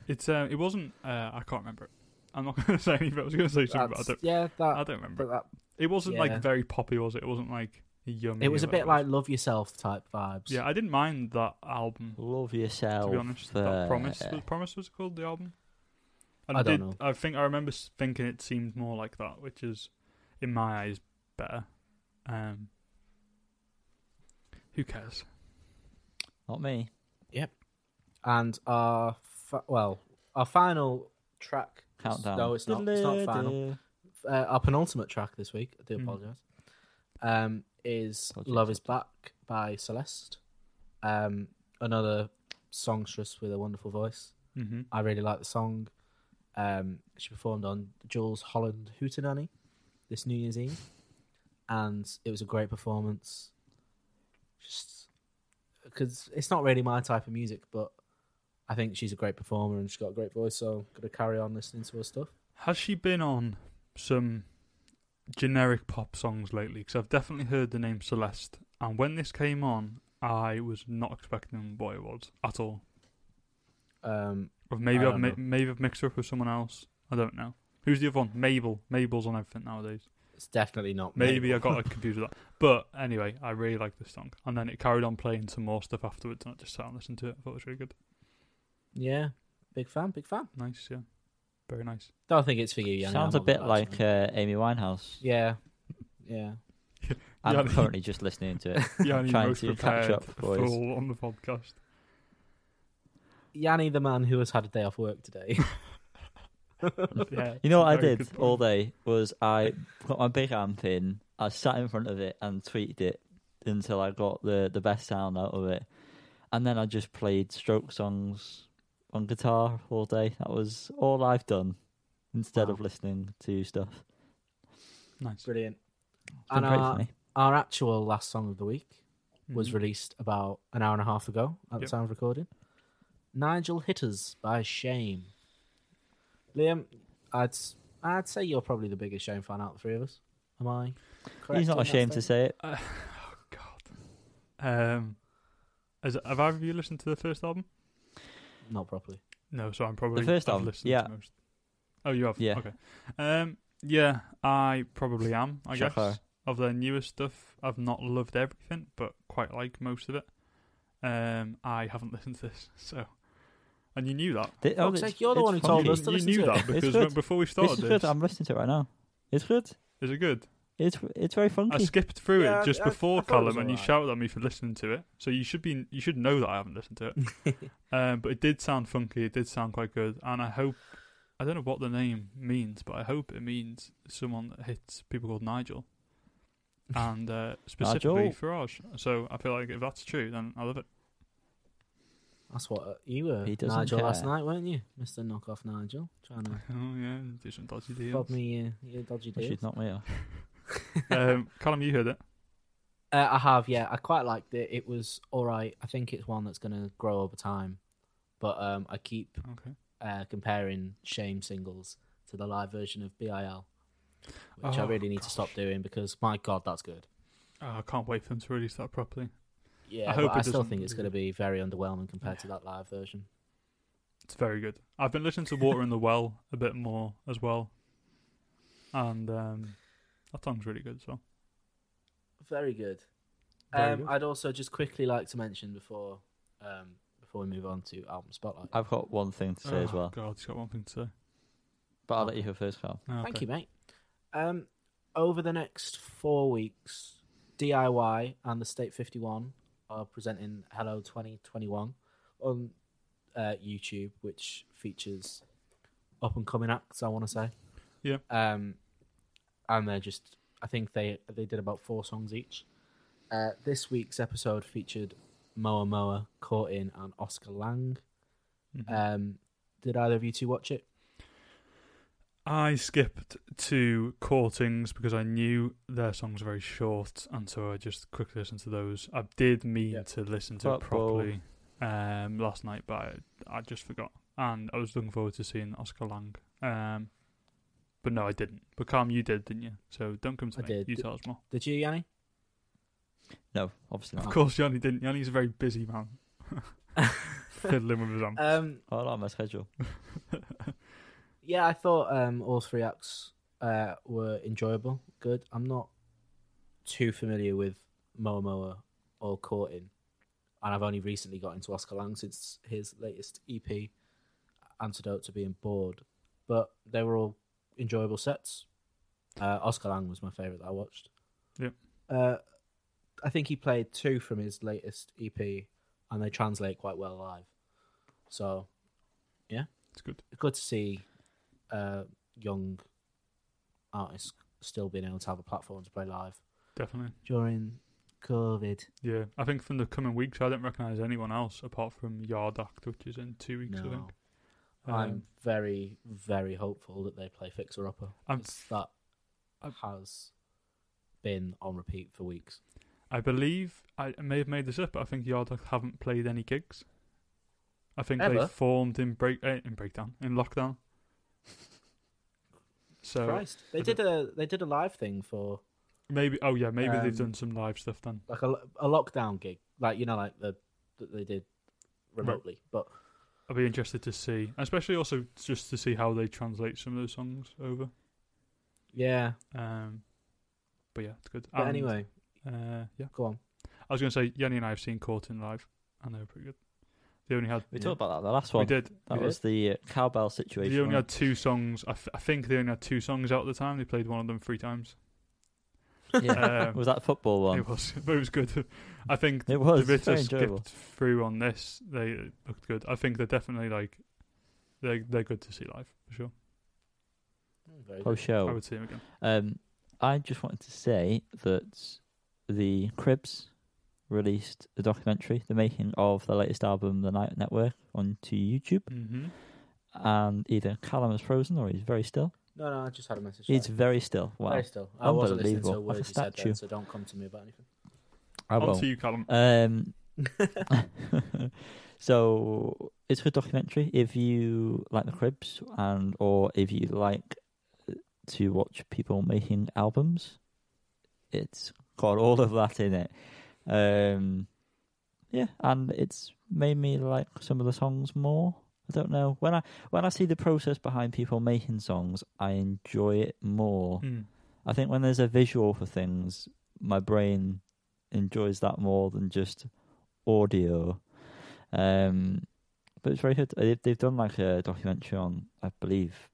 S3: It's um, it wasn't. Uh, I can't remember. it. I'm not going to say anything. I was going to say something, but I
S1: That's-
S3: don't.
S1: yeah,
S3: I
S1: that.
S3: don't remember.
S1: But that
S3: It wasn't
S1: Yeah.
S3: like very poppy, was it? It wasn't like yummy.
S1: it was
S3: or
S1: a bit
S3: whatever it
S1: like "Love Yourself" type vibes.
S3: was. Yeah, I didn't mind that album.
S2: Love
S3: To
S2: yourself.
S3: be honest,
S2: uh,
S3: that promise was, promise was it called the album. And
S1: I
S3: did,
S1: don't
S3: I think I remember s- thinking it seemed more like that, which is, in my eyes, better. Um, who cares?
S2: Not me.
S1: and our fi- well our final track
S2: Countdown.
S1: no it's not it's not final uh, our penultimate track this week i do
S3: Mhm.
S1: apologize um is
S2: Apologies.
S1: love is black by celeste um another songstress with a wonderful voice
S3: Mm-hmm.
S1: i really like the song um she performed on jules holland hootenanny this new year's eve and it was a great performance just because it's not really my type of music, but I think she's a great performer and she's got a great voice, so I'm gonna carry on listening to her stuff.
S3: Has she been on some generic pop songs lately? Because I've definitely heard the name Celeste, and when this came on, I was not expecting what it was at all.
S1: Um,
S3: Or maybe
S1: I
S3: I've
S1: don't
S3: mi-
S1: know.
S3: maybe I've mixed her up with someone else. I don't know. Who's the other one? Mabel. Mabel's on everything nowadays.
S1: it's definitely not me.
S3: Maybe I got like, confused with that. But anyway, I really liked this song, and then it carried on playing some more stuff afterwards, and I just sat and listened to it. I thought it was really good.
S1: Yeah, big fan, big fan.
S3: Nice, yeah, very nice.
S1: Don't think it's for you. Yanni,
S2: Sounds a
S1: I'm not gonna
S2: bit
S1: lie to
S2: like
S1: you.
S2: uh, Amy Winehouse.
S1: yeah, yeah.
S2: I'm
S3: Yeah.
S2: currently just listening to it.
S3: Yeah, and
S2: Trying
S3: most
S2: to catch
S3: prepared
S2: up, boys.
S3: fool on the podcast.
S1: Yanni, the man who has had a day off work today.
S3: Yeah,
S2: You know what I
S3: very
S2: did
S3: good
S2: all
S3: point.
S2: day was I got my big amp in, I sat in front of it and tweaked it until I got the, the best sound out of it. And then I just played stroke songs on guitar all day. That was all I've done instead of
S1: Wow.
S2: listening to stuff.
S3: Nice.
S1: Brilliant.
S2: It's been
S1: And,
S2: great
S1: uh,
S2: for me.
S1: Our actual last song of the week was
S3: Mhm.
S1: released about an hour and a half ago at
S3: Yep.
S1: the time of recording. Nigel Hitters by Shame. Liam, I'd I'd say you're probably the biggest Shame fan out of the three of us. Am I? Correct
S2: He's not ashamed to say it.
S3: Uh, oh God. Um, has, have either of you listened to the first album?
S1: Not properly.
S3: No, so I'm probably
S2: first
S3: I've
S2: album,
S3: Listened
S2: yeah.
S3: To most. Oh, you have.
S2: Yeah.
S3: Okay. Um. Yeah, I probably am. I
S2: Shocker.
S3: guess of their newest stuff, I've not loved everything, but quite like most of it. Um, I haven't listened to this, so. And you knew that.
S2: Th- oh,
S1: Fuck's
S2: it's-
S1: sake, you're the
S2: it's
S1: one who told
S2: funky.
S1: us to
S3: you
S1: listen
S3: knew
S1: to it.
S3: that
S2: It's
S3: because
S2: good.
S3: when- before we
S2: This
S3: started
S2: is
S3: this,
S2: good. I'm listening to it right now. It's good.
S3: is it good?
S2: It's it's very
S3: I
S2: funky.
S3: skipped through
S1: Yeah,
S3: it just
S1: I- I-
S3: before
S1: I thought it was
S3: Callum, and you
S1: alright.
S3: shouted at me for listening to it. So you should be, you should know that I haven't listened to it. um, but it did sound funky. It did sound quite good, and I hope. I don't know what the name means, but I hope it means someone that hits people called Nigel. and uh, specifically
S2: Nigel.
S3: Farage. So I feel like if that's true, then I love it.
S1: That's what uh, you were,
S2: He doesn't
S1: Nigel, last
S2: care.
S1: night, weren't you, Mister Knockoff Nigel? Trying to
S3: Oh yeah, do some dodgy deals.
S1: fob me uh, your dodgy
S2: Which
S1: deal.
S2: is not me. off.
S3: um, Callum, you heard it.
S1: Uh, I have, yeah. I quite liked it. It was all right. I think it's one that's going to grow over time, but um, I keep
S3: Okay.
S1: uh, comparing Shame singles to the live version of BIL, which I
S3: Oh,
S1: really need to
S3: gosh.
S1: stop doing because my god, that's good.
S3: Oh, I can't wait for them to release that properly.
S1: Yeah,
S3: I hope
S1: but
S3: it
S1: I still
S3: doesn't
S1: think it's going to be very underwhelming compared to that live version.
S3: It's very good. I've been listening to Water in the Well a bit more as well, and um, that song's really good as well.
S1: Very good.
S3: Very
S1: um,
S3: good.
S1: I'd also just quickly like to mention before um, before we move on to album spotlight.
S2: I've got one thing to say as
S3: Oh,
S2: well,
S3: God, he's got one thing to say.
S2: but I'll let you go first, Carl.
S3: Oh,
S1: Thank
S3: okay.
S1: you, mate. Um, over the next four weeks, DIY and the State 51 are presenting Hello 2021 on uh, YouTube, which features up and coming acts, I want to say.
S3: Yeah.
S1: Um, and they're just, I think they, they did about four songs each. Uh, this week's episode featured Moa Moa, Courtin, and Oscar Lang.
S3: Mhm.
S1: Um, did either of you two watch it?
S3: I skipped to courtings because I knew their songs are very short, and so I just quickly listened to those. I did mean
S1: Yeah.
S3: to listen to it
S2: Football.
S3: properly um, last night, but I, I just forgot, and I was looking forward to seeing Oscar Lang. Um, but no, I didn't. But Calm, you did, didn't you? So don't come to
S1: I
S3: me.
S1: did.
S3: You
S1: Did-
S3: tell us more.
S1: Did you, Yanni?
S2: No, obviously
S3: Of
S2: not.
S3: course, Yanni didn't. Yanni's a very busy man, fiddling with his amp.
S1: um,
S2: Oh, not on my schedule.
S1: Yeah, I thought um, all three acts uh, were enjoyable, good. I'm not too familiar with Moa Moa or Courtin, and I've only recently got into Oscar Lang since his latest EP, Antidote to Being Bored. But they were all enjoyable sets. Uh, Oscar Lang was my favourite that I watched.
S3: Yep.
S1: Uh, I think he played two from his latest EP, and they translate quite well live. So
S3: It's good.
S1: good to see uh, young artists still being able to have a platform to play live
S3: Definitely.
S1: during COVID.
S3: Yeah. I think from the coming weeks, I don't recognise anyone else apart from Yard Act, which is in two weeks, I
S1: No,
S3: think. Um,
S1: I'm very, very hopeful that they play Fixer Upper.
S3: I'm-
S1: 'cause That
S3: I'm-
S1: has been on repeat for weeks.
S3: I believe I I may have made this up, but I think Yard Act haven't played any gigs. I think they
S1: Ever?
S3: formed in break uh, in breakdown in lockdown. So
S1: Christ, they
S3: but
S1: did a they did a live thing for
S3: maybe oh yeah maybe
S1: Um,
S3: they've done some live stuff then.
S1: like a, lo- a lockdown gig, like you know, like the that they did remotely. But
S3: I'll be interested to see, especially also just to see how they translate some of those songs over.
S1: yeah.
S3: Um, but yeah, it's good.
S1: But
S3: And,
S1: anyway,
S3: uh, yeah,
S1: go on.
S3: I was going to say Yanni and I have seen Courtin live, and they were pretty good. They only had
S2: We
S1: Yeah.
S2: talked about that the last
S3: we
S2: one.
S3: did
S2: That
S3: we
S2: was the uh, cowbell
S3: did.
S2: situation.
S3: They only
S2: wasn't
S3: had two songs. I, th- I think they only had two songs out at the time. They played one of them three times.
S2: it? yeah.
S3: um,
S2: was that football one?
S3: It was, but it was good. I think
S2: It was
S3: the bits I
S2: very enjoyable.
S3: skipped through on this, they looked good. I think they're definitely like they they're good to see live for sure.
S1: Very
S2: Oh,
S1: good.
S3: I
S2: show.
S3: would see them again.
S2: Um, I just wanted to say that the Cribs released a documentary, the making of the latest album, The Night Network, onto YouTube.
S3: Mm-hmm.
S2: And either Callum is frozen or he's very still.
S1: No, no, I just had a message.
S2: He's very still. Wow.
S1: Very still. I wasn't listening to a
S2: Unbelievable.
S1: word
S2: Like
S1: you
S2: a
S1: said
S2: statue.
S1: then, so don't come to me about anything.
S2: I
S3: On
S2: won't.
S3: to you, Callum.
S2: Um, so it's a good documentary. If you like the Cribs and or if you like uh, to watch people making albums, it's got all of that in it. Um, yeah, and it's made me like some of the songs more. I don't know when I when I see the process behind people making songs, I enjoy it more.
S3: Mm.
S2: I think when there's a visual for things, my brain enjoys that more than just audio. Um, but it's very good. They've, they've done like a documentary on, I believe,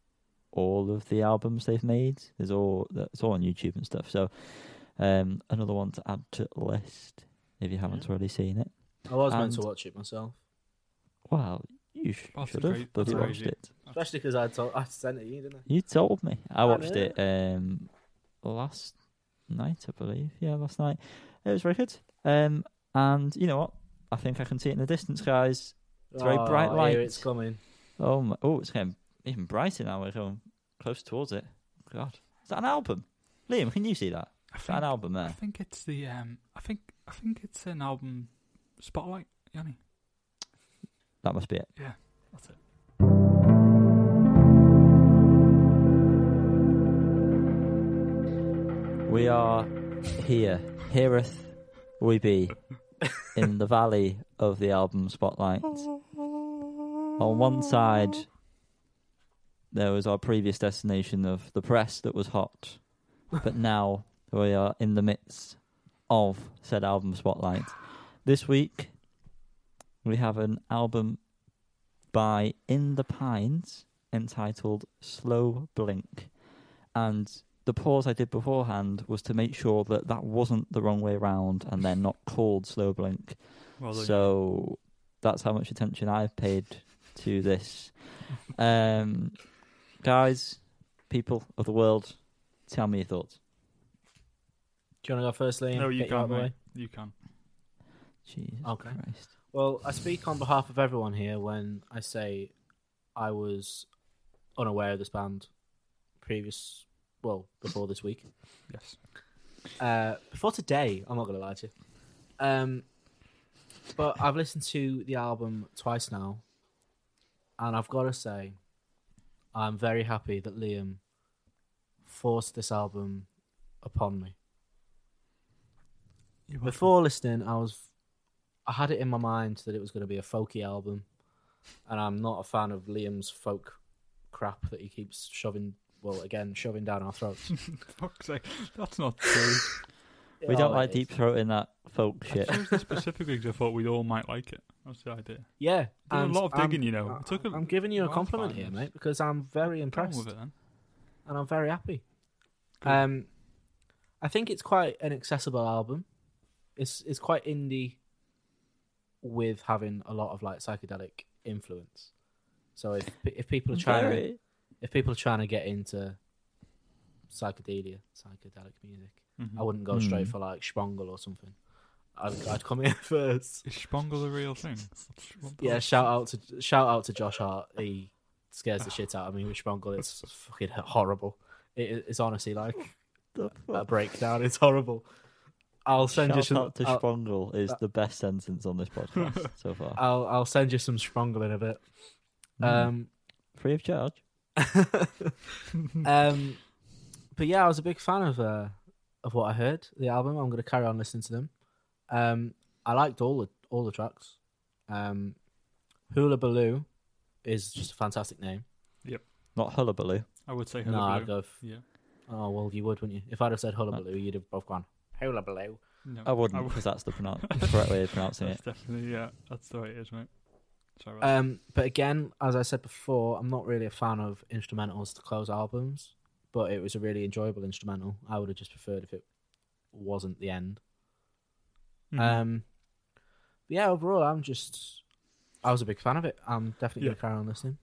S2: all of the albums they've made. There's all it's all on YouTube and stuff. So um, another one to add to the list if you haven't
S1: Yeah.
S2: already seen it.
S1: I was meant to
S2: And-
S1: watch it myself,
S2: Well, you sh-
S3: That's
S2: should
S3: cra-
S2: have, but
S3: that's
S2: you watched
S3: crazy.
S2: it.
S1: especially because I told I sent it you, didn't I?
S2: You told me. I
S1: I
S2: watched
S1: know.
S2: it um, last night, I believe. Yeah, last night. It was very good. Um, and you know what? I think I can see it in the distance, guys. It's very bright
S1: Oh, here
S2: light.
S1: it's coming.
S2: Oh, my, oh, it's getting even brighter now. We're going close towards it. God, is that an album? Liam, can you see that?
S3: I
S2: Is that
S3: think,
S2: an album
S3: I
S2: there?
S3: think it's the um. I think I think it's an album spotlight. Yanni.
S2: That must be it.
S3: Yeah, that's it.
S2: We are here. Heareth we be in the valley of the album spotlight. On Oh, one side, there was our previous destination of the press that was hot, but now we are in the midst of said album spotlight. This week, we have an album by In the Pines entitled Slow Blink. And the pause I did beforehand was to make sure that that wasn't the wrong way around and they're not called Slow Blink.
S3: Well done.
S2: So that's how much attention I've paid to this. Um, guys, people of the world, tell me your thoughts.
S1: Do you want to go first, Liam?
S3: no, you
S1: Get you out
S3: can.
S1: of the way.
S3: Mate. You can.
S2: Jesus
S1: Okay.
S2: Christ.
S1: Well, I speak on behalf of everyone here when I say I was unaware of this band previous, well, before this week.
S3: Yes.
S1: Uh, before today, I'm not going to lie to you. Um, but I've listened to the album twice now, and I've got to say, I'm very happy that Liam forced this album upon me.
S3: You watch
S1: Before listening, I was, I had it in my mind that it was going to be a folky album, and I'm not a fan of Liam's folk crap that he keeps shoving. Well, again, shoving down our throats.
S3: it. Fuck's sake, that's not true.
S2: We don't
S1: Oh,
S2: like
S1: it
S2: deep throating that folk
S3: I
S2: shit.
S3: chose this specifically because I thought we all might like it. That's the idea.
S1: is. Yeah,
S3: Did a
S1: and
S3: lot of
S1: I'm-
S3: digging, you know.
S1: I-
S3: It took a
S1: Uh, I'm giving you a
S3: Well,
S1: compliment
S3: fine.
S1: here, mate, because I'm very
S3: Get on
S1: impressed
S3: with it then.
S1: and I'm very happy.
S3: Good.
S1: Um, I think it's quite an accessible album. It's it's quite indie, with having a lot of like psychedelic influence. So if if people are trying to,
S2: Very-
S1: if people are trying to get into psychedelia, psychedelic music,
S3: Mhm.
S1: I wouldn't go straight
S2: Hmm.
S1: for like Spongle or something. I'd, I'd come here first.
S3: Is Spongle the real thing? What's- what
S1: Yeah,
S2: Oh.
S3: the-
S1: shout out to shout out to Josh Hart. He scares the shit out of me with Spongle. It's fucking horrible. It, it's honestly like
S2: the
S1: a
S2: fuck?
S1: breakdown. It's horrible. I'll Uh, send uh, you
S2: Shout
S1: some.
S2: out to
S1: I'll,
S2: Spongle is the best sentence on this podcast so far.
S1: I'll I'll send you some Sprongle in a bit.
S2: Mm.
S1: Um,
S2: Free of charge.
S1: um, but yeah, I was a big fan of uh, of what I heard the album. I'm going to carry on listening to them. Um, I liked all the all the tracks. Um, Hula Baloo is just a fantastic name.
S2: Not hullabaloo.
S3: I would say
S1: No,
S3: Hullabaloo.
S1: I'd go. f-
S3: Yeah.
S1: oh well, you would, wouldn't you? If I'd have said Hula
S2: Uh.
S1: Baloo, you'd have both gone Hula Baloo.
S3: No,
S2: I wouldn't,
S3: would-
S2: because that's the pronoun- correct way of pronouncing
S3: That's
S2: it.
S3: definitely yeah. That's the way it is, mate. Sorry. About
S1: Um, but again, as I said before, I'm not really a fan of instrumentals to close albums, but it was a really enjoyable instrumental. I would have just preferred if it wasn't the end.
S3: that. Mhm.
S1: Um, but yeah, overall, I'm just, I was a big fan of it. I'm definitely
S3: Yeah.
S1: gonna carry on listening.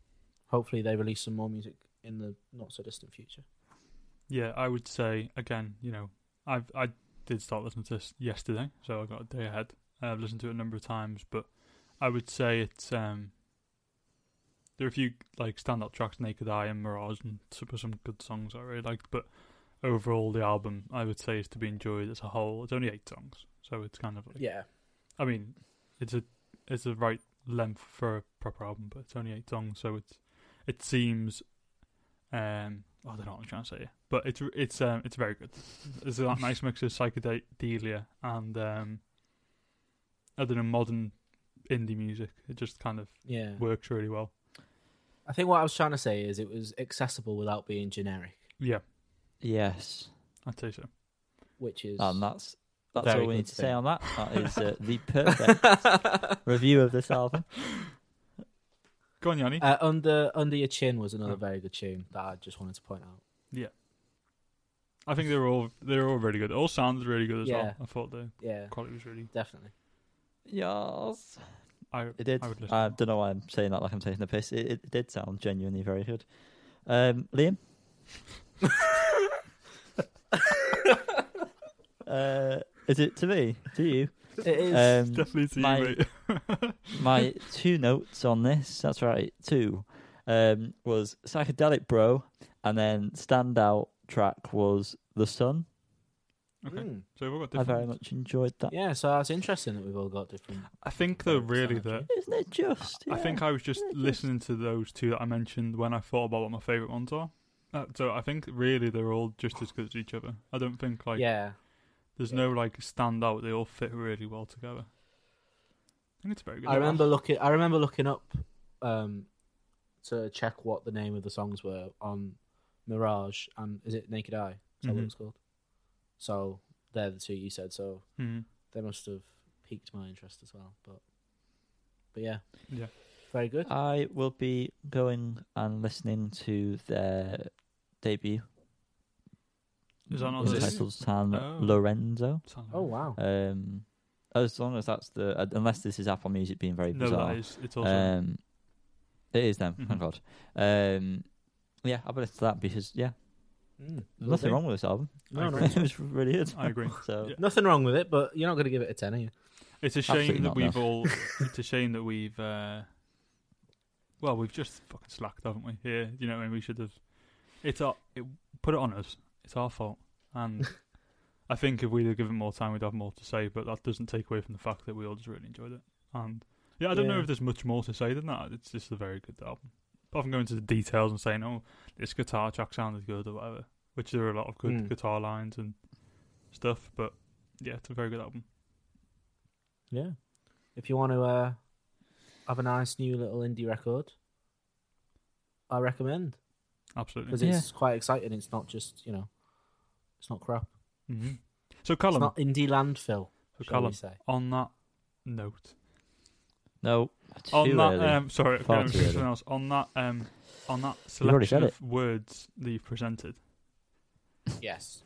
S1: Hopefully, they release some more music in the not so distant future.
S3: Yeah, I would say again. You know, I've I did start listening to this yesterday, so I got a day ahead. Uh, I've listened to it a number of times, but I would say it's um. There are a few like standout tracks, Naked Eye and Mirage, and some some good songs I really liked. But overall, the album I would say is to be enjoyed as a whole. It's only eight songs, so it's kind of like
S1: Yeah,
S3: I mean, it's a it's a right length for a proper album, but it's only eight songs, so it's it seems um I don't know what I'm trying to say, here, but it's it's um it's very good. It's that nice mix of psychedelia and um I don't know modern indie music. It just kind of
S1: yeah.
S3: works really well.
S1: I think what I was trying to say is it was accessible without being generic,
S3: Yeah,
S2: Yes.
S3: I'd say so.
S1: which
S3: Oh,
S1: is
S2: And that's that's
S1: Very
S2: all we
S1: good
S2: need to say
S1: thing.
S2: on that. That is uh, the perfect review of this album.
S3: Go on, Yanni.
S1: Uh, under Under Your Chin was another
S3: Oh.
S1: very good tune that I just wanted to point out.
S3: I think they're all they're all really good. It all sounded really good as well.
S1: Yeah.
S3: I thought the
S1: Yeah,
S3: quality was really.
S1: definitely.
S2: Yes.
S3: I
S2: It did.
S3: I
S2: I,
S3: would listen.
S2: don't know why I'm saying that like I'm taking a piss. It, it did sound genuinely very good. Um, Liam? Uh, is it to me? To you?
S1: It is.
S3: Uh,
S2: Um,
S3: Definitely to you,
S2: my-
S3: mate.
S2: my two notes on this, that's right, two, um, was Psychedelic Bro, and then standout track was The Sun.
S3: Okay.
S1: Mm.
S3: So we've all got
S2: I
S3: different.
S2: very much enjoyed that.
S1: Yeah, so that's interesting that we've all got different.
S3: I think though,
S1: Well, it's
S3: really,
S1: not
S3: that
S2: Isn't it just?
S3: I think I was just
S2: Yeah, it
S3: listening to those two that I mentioned when I thought about what my favourite ones are. Uh, so I think really they're all just as good as each other. I don't think like
S1: yeah,
S3: there's
S1: Yeah.
S3: no like standout. They all fit really well together. I think it's a very good.
S1: I
S3: album.
S1: remember looking. I remember looking up um, to check what the name of the songs were on Mirage and is it Naked Eye? Is that what
S3: Mhm.
S1: it's called? So they're the two you said. So
S3: Mhm.
S1: they must have piqued my interest as well. But but yeah,
S3: Yeah.
S1: very good.
S2: I will be going and listening to their debut.
S3: Is that not
S1: the-
S2: entitled San
S3: Oh.
S2: Lorenzo?
S3: Sounds
S1: Oh
S3: like-
S1: wow,
S2: Um, as long as that's the uh, unless this is Apple Music being very
S3: No,
S2: bizarre.
S3: that is it's also
S1: Uh,
S2: Um, it is them.
S3: Mhm.
S2: Thank God. Um, yeah, I'll listen to that because yeah,
S1: Mm,
S2: there's
S1: will
S2: nothing
S1: do.
S2: wrong with this album.
S1: No,
S3: I
S1: no,
S3: agree.
S2: it was really good.
S3: I agree.
S2: So
S3: Yeah.
S1: nothing wrong with it. But you're not going to give it a ten, are you?
S3: It's a
S2: Absolutely
S3: shame that
S2: not, no.
S3: we've all. It's a shame that we've. Uh, well, we've just fucking slacked, haven't we? Here, you know what I mean. We should have. It's our. It, put it on us. It's our fault. And I think if we'd have given more time, we'd have more to say. But that doesn't take away from the fact that we all just really enjoyed it. And yeah, I don't know
S1: Yeah.
S3: if there's much more to say than that. It's just a very good album. Apart from going into the details and saying, "Oh, this guitar track sounded good" or whatever, which there are a lot of good
S2: Hmm.
S1: Mm.
S3: guitar lines and stuff. But yeah, it's a very good album.
S1: Yeah. If you want to uh, have a nice new little indie record, I recommend
S3: Absolutely.
S1: because it's quite exciting. It's not just you know, it's not crap.
S3: hmm So,
S1: It's
S3: Callum,
S1: not indie landfill.
S3: so
S1: Shall we
S3: Callum,
S1: say?
S3: on that note,
S2: no, too
S3: on that,
S2: early.
S3: um, sorry, okay,
S2: Far
S3: I'm
S2: too
S3: thinking
S2: early.
S3: something else. On that, um, on that
S2: already
S3: selection
S2: said
S3: of words that you've presented,
S1: Yes.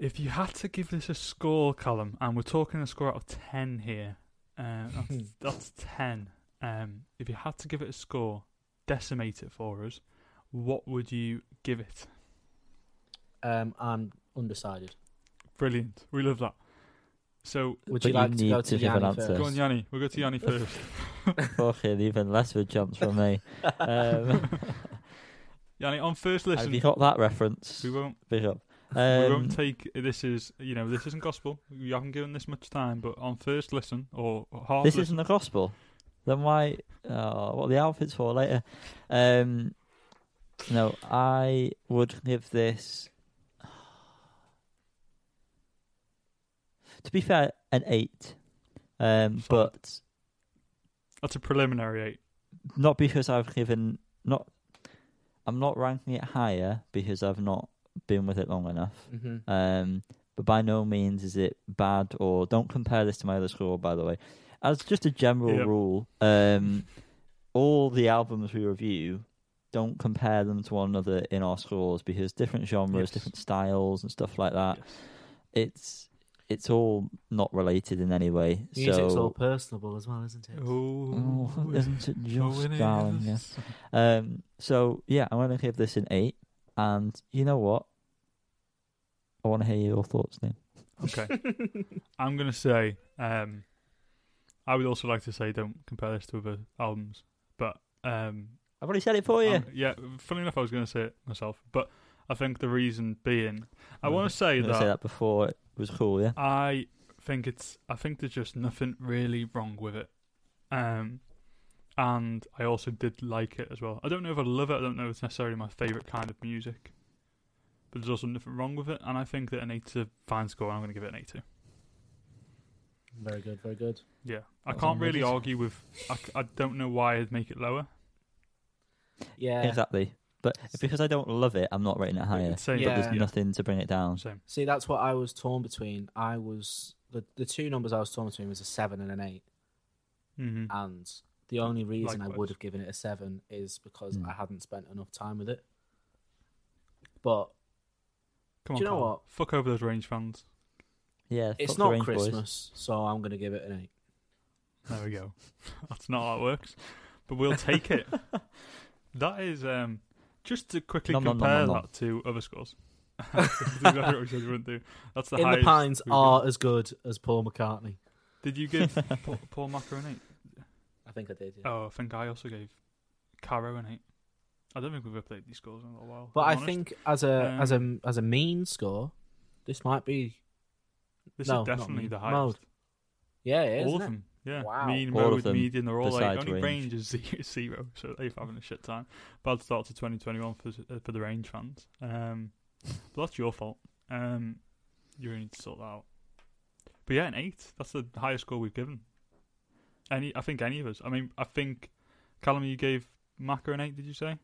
S3: if you had to give this a score, Callum, and we're talking a score out of ten here, um, that's,
S1: Hmm.
S3: that's ten. Um, if you had to give it a score, decimate it for us. What would you give it?
S1: Um, I'm undecided.
S3: Brilliant. We love that. So,
S1: Would
S2: But
S1: you
S2: you
S1: like to
S2: need
S1: go
S2: to
S1: to,
S2: give an
S1: Yanni
S2: answer.
S1: first?
S3: go on, Yanni. We'll go to Yanni first.
S2: Fucking even less of a chance from me. Um,
S3: Yanni, on first
S2: have you
S3: listen,
S2: got that reference,
S3: we won't
S2: Bishop?
S3: we
S2: Um,
S3: won't take this is you know this isn't gospel. You haven't given this much time, but on first listen or half
S2: this
S3: listen,
S2: isn't the gospel. Then why? Oh, what are the outfits for later? Um, no, I would give this. To be fair, an eight, um,
S3: Solid.
S2: but
S3: that's a preliminary eight.
S2: not because I've given not. I'm not ranking it higher because I've not been with it long enough.
S1: Mm-hmm.
S2: Um, but by no means is it bad or don't compare this to my other score, by the way. As just a general
S3: Yep.
S2: rule, um, all the albums we review don't compare them to one another in our scores because different genres,
S3: Yes.
S2: different styles, and stuff like that.
S3: Yes.
S2: It's it's all not related in any way.
S1: Music's all
S2: so,
S1: personable as well, isn't it?
S3: Oh,
S2: oh,
S3: is-
S2: isn't it
S3: oh,
S2: just
S3: it
S2: darling? Yeah.
S3: is.
S2: Um, so yeah, I'm going to give this an eight. And you know what? I want to hear your thoughts, Nick.
S3: Okay, I'm gonna say. Um, I would also like to say don't compare this to other albums, but um,
S2: I've already said it for you.
S3: I'm- yeah. Funny enough, I was gonna say it myself, but I think the reason being, I
S2: Mhm.
S3: want to say
S2: I'm gonna
S3: that
S2: say that before it was cool, yeah.
S3: I think it's I think there's just nothing really wrong with it. Um and I also did like it as well. I don't know if I love it, I don't know if it's necessarily my favourite kind of music. But there's also nothing wrong with it, and I think that an eight to fine score, I'm gonna give it an eight to.
S1: Very good, very good.
S3: Yeah. I
S2: That's
S3: can't really
S2: amazing.
S3: argue with I, c- I don't know why I'd make it lower.
S1: Yeah.
S2: Exactly. But because I don't love it, I'm not rating it higher.
S3: It's same,
S1: Yeah.
S2: But there's
S1: Yeah.
S2: Oh, nothing to bring it down.
S3: same.
S1: See, that's what I was torn between. I was the the two numbers I was torn between was a seven and an eight,
S3: hmm
S1: and the only reason I
S3: Likewise.
S1: would have given it a seven is because
S2: Mm.
S1: I hadn't spent enough time with it. But
S3: Come on,
S1: Do you know
S3: Carl.
S1: what?
S3: Fuck over those range fans.
S2: Yeah,
S1: it's
S2: fuck the
S1: not
S2: Range Boys.
S1: Christmas, so I'm going to give it an eight.
S3: There we go. That's not how it works. But we'll take it. that is um just to quickly
S2: Nom, nom, nom,
S3: compare
S2: nom, nom.
S3: that to other scores. That's exactly what we said we wouldn't do. That's the
S1: In the
S3: highest
S1: Pines
S3: we've got.
S1: are as good as Paul McCartney.
S3: Did you give Paul, Paul Macro an eight?
S1: I think I did. Yeah.
S3: Oh, I think I also gave Caro an eight. I don't think we've ever played these scores in a little while.
S1: but
S3: if
S1: I
S3: I'm honest. Um,
S1: think as a as a as a mean score, this might be
S3: this
S1: no,
S3: is
S1: not
S3: definitely
S1: mean.
S3: the
S1: Mode.
S3: highest.
S1: yeah, it is,
S3: all of
S1: isn't it?
S3: them. Yeah.
S1: Wow.
S3: Mean,
S2: All of
S3: mode,
S2: them
S3: median, they're all like
S2: besides
S3: only
S2: range.
S3: range, is ze- zero, so they're having a shit time. Bad start to 2021 for uh, for the range fans. Um, but that's your fault. Um, you really need to sort that out. But yeah, an eight. That's the highest score we've given. Any, I think any of us. I mean, I think Callum, you gave Maka an eight. Did you say?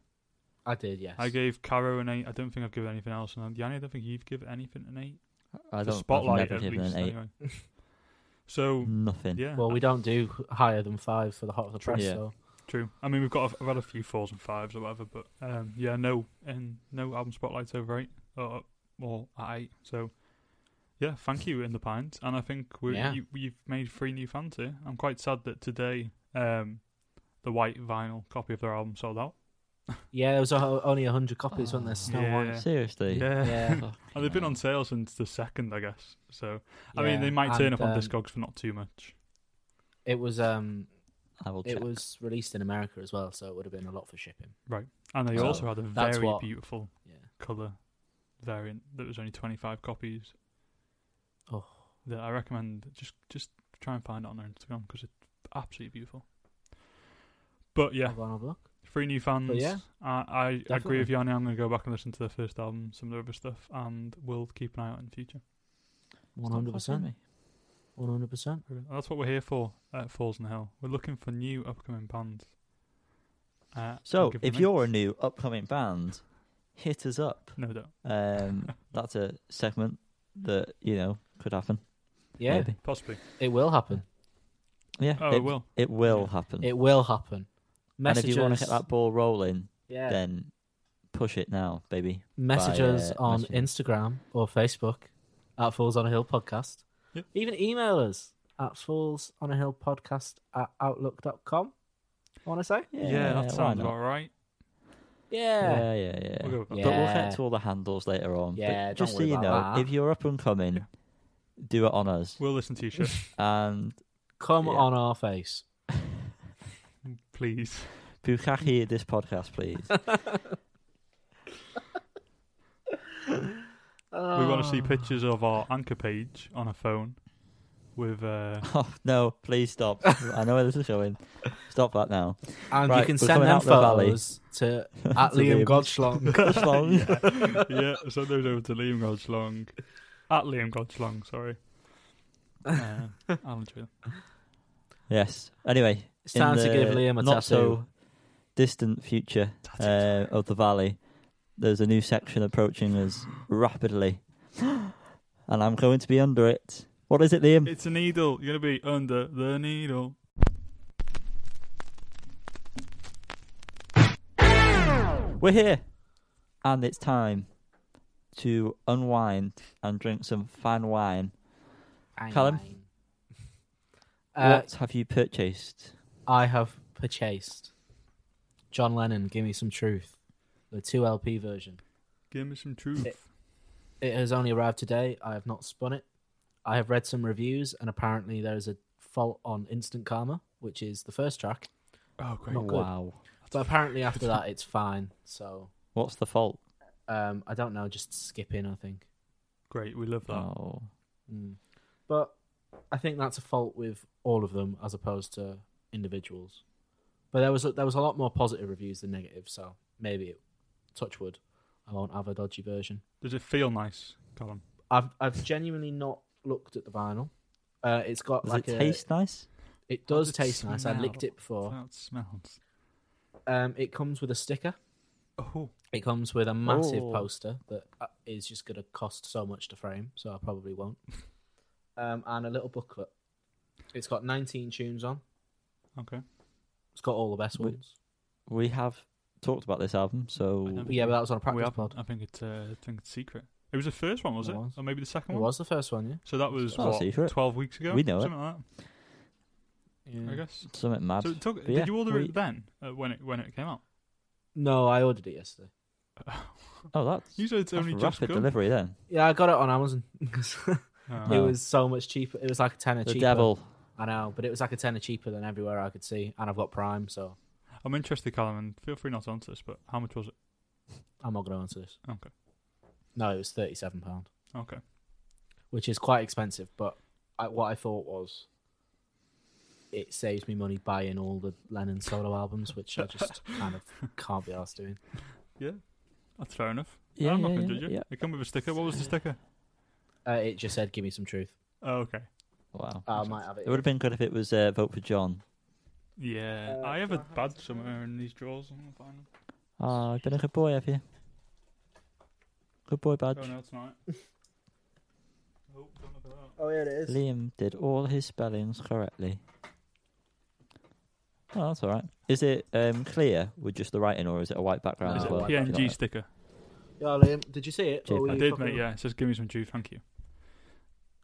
S1: I did. Yes.
S3: I gave Caro an eight. I don't think I've given anything else. And Yanni, I don't think you've given anything an eight.
S2: I
S3: The
S2: don't.
S3: spotlight
S2: I've never
S3: at
S2: given
S3: least.
S2: an eight.
S3: Anyway. so
S2: Nothing.
S3: yeah,
S1: Well, we don't do higher than five for the hot of the press.
S2: Yeah.
S1: So
S3: True. I mean, we've got I've had a few fours and fives or whatever, but um, yeah, no, and no album spotlights over eight or or at eight. So yeah, thank you in the pines, and I think we
S1: Yeah.
S3: you, you've made three new fans here. I'm quite sad that today um, the white vinyl copy of their album sold out.
S1: yeah, there was o- only hundred copies, wasn't there? Snow
S3: Yeah.
S1: White.
S2: Seriously.
S3: Yeah,
S1: Yeah.
S2: Fucking
S3: and they've been
S2: hell.
S3: on sale since the second, I guess. So I mean,
S1: Yeah,
S3: they might turn
S1: and,
S3: up on
S1: um,
S3: Discogs for not too much.
S1: It was um,
S2: I will check.
S1: it was released in America as well, so it would have been a lot for shipping.
S3: And they
S2: so
S3: also had a
S1: that's
S3: very
S1: what-
S3: beautiful
S1: Yeah.
S3: color variant that was only 25 copies.
S1: Oh.
S3: That I recommend just just try and find it on their Instagram because it's absolutely beautiful. But yeah,
S1: I'll go and have a look.
S3: three new fans.
S1: yeah,
S3: I, I agree
S1: definitely.
S3: with Yanni. I'm going to go back and listen to their first album, some of their other stuff, and we'll keep an eye out in the future.
S2: Stop
S1: One hundred
S2: fucking
S1: percent.
S2: me.
S1: One hundred percent.
S3: Brilliant. And that's what we're here for at Falls in the Hill. We're looking for new upcoming bands. Uh,
S2: So,
S3: and give
S2: if
S3: them
S2: you're a
S3: eights.
S2: new upcoming band, hit us up.
S3: no doubt
S2: Um, that's a segment that you know could happen.
S1: Yeah,
S2: Maybe.
S3: possibly,
S1: it will happen.
S2: Yeah.
S3: oh,
S2: it,
S3: it will.
S2: It will
S3: Yeah.
S2: happen.
S1: It will happen.
S2: and
S1: Messages,
S2: if you want to get that ball rolling,
S1: yeah.
S2: then push it now, baby.
S1: message
S2: by,
S1: us
S2: uh,
S1: on
S2: messaging.
S1: Instagram or Facebook at Fools on a Hill podcast.
S3: Yep.
S1: Even email us at Fools on a Hill podcast at outlook.com. I want to say,
S3: Yeah,
S2: why
S3: that sounds
S2: not?
S3: about right.
S1: yeah,
S2: Yeah, yeah, yeah.
S3: We'll go with that.
S1: Yeah.
S2: But we'll get to all the handles later on.
S1: Yeah,
S2: but
S1: don't
S2: just so
S1: worry
S2: you know,
S1: about that.
S2: if you're up and coming, do it on us.
S3: We'll listen to you, shit,
S2: And
S1: come
S2: Yeah.
S1: on our face.
S3: please.
S2: Bukaki this podcast, please.
S3: We want to see
S1: Oh.
S3: pictures of our anchor page on a phone with uh,
S2: oh no, please stop. I know where this is going. Stop that now.
S1: and you
S2: Right,
S1: can
S2: we're
S1: send
S2: coming
S1: them
S2: out the valley.
S1: photos to at
S2: To
S1: Liam
S2: Liam.
S1: Godschlong.
S2: Gosh, long.
S3: yeah, send those over to Liam Godslong. At Liam Godslong, sorry. Uh, I'll enjoy them.
S2: Yes. Anyway,
S1: It's time
S2: in
S1: to give
S2: the
S1: Liam a
S2: not
S1: tattoo.
S2: so distant future uh, of the valley. There's a new section approaching us rapidly, and I'm going to be under it. What is it, Liam?
S3: It's a needle. You're going to be under the needle.
S2: We're here, and it's time to unwind and drink some fine wine. Callum?
S1: Uh,
S2: what have you purchased?
S1: I have purchased John Lennon. Give me some truth. The two LP version.
S3: Give me some truth.
S1: It- It has only arrived today. I have not spun it. I have read some reviews, and apparently there is a fault on Instant Karma, which is the first track.
S3: oh, great.
S1: not good.
S2: wow,
S1: But apparently after that, it's fine. So
S2: what's the fault?
S1: um, I don't know. Just skipping, I think.
S3: Great. We love that.
S2: Oh,
S1: Mm. But I think that's a fault with all of them, as opposed to individuals. But there was a, there was a lot more positive reviews than negative, so maybe it, touch wood, I won't have a dodgy version.
S3: Does it feel nice, Colin?
S1: I've I've genuinely not looked at the vinyl. Uh, it's got
S2: does
S1: like
S2: it
S1: a
S2: taste nice?
S1: It does
S3: does it
S1: taste nice. I licked
S3: smell?
S1: it before.
S3: That smells.
S1: Um, it comes with a sticker.
S3: Oh,
S1: It comes with a massive
S2: Oh.
S1: poster that uh, is just going to cost so much to frame, so I probably won't. Um, and a little booklet. It's got 19 tunes on.
S3: okay.
S1: It's got all the best
S2: Wait.
S1: ones.
S2: We have talked about this album, so
S3: I know.
S1: But yeah, but that was on a
S3: we
S1: practice
S3: have,
S1: pod.
S3: I think it's uh, I think it's secret. It was the first one, was
S1: It
S3: it?
S1: was.
S3: Or maybe the second
S1: It
S3: one?
S1: was the first one,
S3: So that was
S1: It's
S2: not
S3: what,
S2: secret.
S3: 12 weeks ago?
S2: We know it.
S3: Something like
S1: yeah.
S3: that, I guess.
S2: something mad.
S3: So it took,
S2: yeah,
S3: did you order
S2: we-
S3: it then uh, when it when it came out?
S1: No, I ordered it yesterday.
S2: Oh, that's,
S3: You said it's
S2: that's
S3: only just
S2: rapid
S3: come.
S2: delivery then.
S1: Yeah, I got it on Amazon.
S3: Ah.
S1: it
S2: Oh.
S1: was so much cheaper. It was like a tenner
S2: The
S1: cheaper.
S2: devil.
S1: I know, but it was like a tenner cheaper than everywhere I could see, and I've got Prime, so
S3: I'm interested, Callum, and feel free not to answer this, but how much was it?
S1: I'm not going to answer this.
S3: Okay.
S1: No, it was thirty-seven pound,
S3: Okay.
S1: which is quite expensive, but I, what I thought was it saves me money buying all the Lennon solo albums, which I just kind of can't be asked doing.
S3: That's fair enough.
S2: Yeah,
S3: I'm not
S2: yeah, yeah,
S3: going to judge you.
S2: yeah.
S3: It came with a sticker. What was the sticker?
S1: Uh, it just said, "Give me some truth."
S3: Oh, okay.
S2: Wow.
S1: I might have it.
S2: It would have been good if it was uh, vote for John.
S3: Yeah.
S1: Uh,
S3: I have
S1: do
S3: a
S1: I have
S3: badge
S1: to-
S3: somewhere in these drawers. I'm gonna find them.
S2: Ah, you've been a good boy, have you? Good boy, badge.
S3: Going out tonight. oh, don't look at that.
S1: Oh yeah, it is.
S2: Liam did all his spellings correctly. Oh, that's all right. Is it um, clear with just the writing, or is it a white background
S3: Is
S2: as
S3: it
S1: Uh,
S3: a
S2: well?
S1: like
S3: PNG
S2: Like-
S3: sticker?
S1: Yeah, Liam, did you see it?
S2: Cheap.
S1: Or were
S2: I
S3: I
S1: you
S3: did,
S1: fucking-
S3: mate. Yeah, it says give me some chew. Thank you.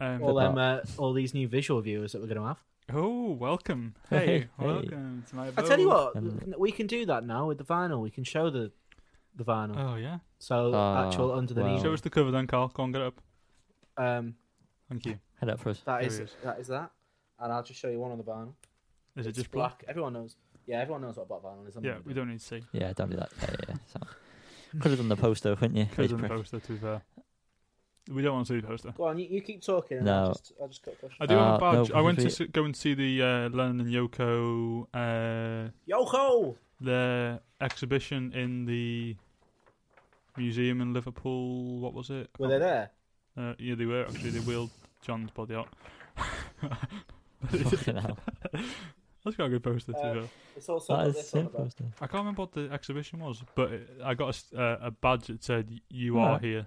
S3: Um,
S1: All
S2: Good
S1: them, uh, all these new visual viewers that we're going to have.
S3: oh, welcome. Hey,
S2: Hey, hey.
S3: welcome to my.
S1: I tell you what,
S3: abode.
S2: And-
S1: n- we can do that now with the vinyl. We can show the the vinyl.
S2: Uh,
S3: Oh yeah. Um,
S1: so
S2: Ah,
S1: actual under the
S2: wow.
S1: knee.
S3: Show us the cover then, Carl. Go and get it up.
S1: Um,
S3: Thank you.
S2: Head up for us.
S1: that
S3: There
S1: is
S3: he is.
S1: that is that, and I'll just show you one on the vinyl. it's
S3: Is it just black?
S1: black? Everyone knows. Yeah, everyone knows what black vinyl is. I'm
S3: Yeah,
S1: not
S3: we
S1: gonna
S3: don't need to see.
S2: Yeah, don't do that. Yeah, yeah. Could have done the poster, couldn't you?
S3: Could
S2: These
S3: have done the
S2: pricks.
S3: poster. To be fair, we don't want to see the poster.
S1: do it. Go on, you, you keep talking. And
S2: No.
S1: I'll just, I'll just cut a question.
S3: I do have a
S2: Uh, no,
S3: badge. I went to
S2: because
S3: s- go and see the uh, Lennon and Yoko uh,
S1: Yo ho!
S3: their exhibition in the museum in Liverpool. What was it?
S1: Were they there?
S3: Uh, yeah, they were actually. They wheeled John's body out.
S2: Fucking hell.
S3: That's got a good poster
S1: Uh,
S3: too. though.
S1: It's also
S2: That
S1: got
S2: is
S1: this on the
S2: simple
S1: back.
S2: stuff.
S3: I can't remember what the exhibition was, but it, I got a s- uh, a, badge that said "You are
S2: Alright.
S3: here."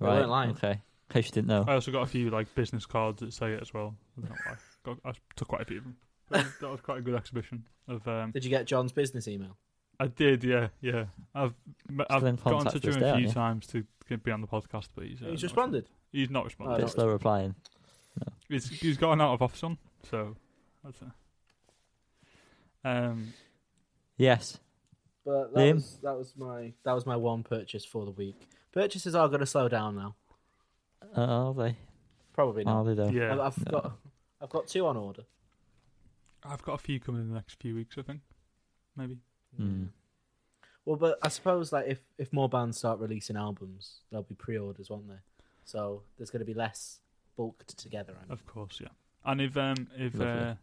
S1: They
S2: Right.
S1: weren't lying.
S2: Okay. In case you didn't know.
S3: I also got a few like business cards that say it as well. I don't know why. Got, I took quite a few of them. That was, that was quite a good exhibition of um,
S1: Did you get John's business email?
S3: I did, yeah, yeah. I've m- I've
S2: in
S3: got in
S2: contact
S3: touch
S2: with
S3: with
S2: us
S3: him
S2: there,
S3: a few
S2: aren't you?
S3: times to get- be on the podcast, but he's, uh,
S1: He's
S3: not
S1: responded.
S3: He's not
S2: A
S1: I
S3: responded.
S2: bit
S1: don't-
S2: slow replying.
S3: he's, he's gotten out of office on, so that's it. Um,
S2: Yes.
S1: But
S2: Liam?
S1: that was, that was my that was my one purchase for the week. Purchases are going to slow down now.
S2: Uh, are they?
S1: Probably not.
S2: Are they though?
S1: I've,
S3: yeah,
S1: I've got I've got two on order.
S3: I've got a few coming in the next few weeks, I think. Maybe.
S2: Hmm.
S1: Well, but I suppose like if if more bands start releasing albums, there'll be pre-orders, won't there? So there's going to be less bulked together. I mean.
S3: Of course, yeah. And if um if
S2: Lovely.
S3: uh,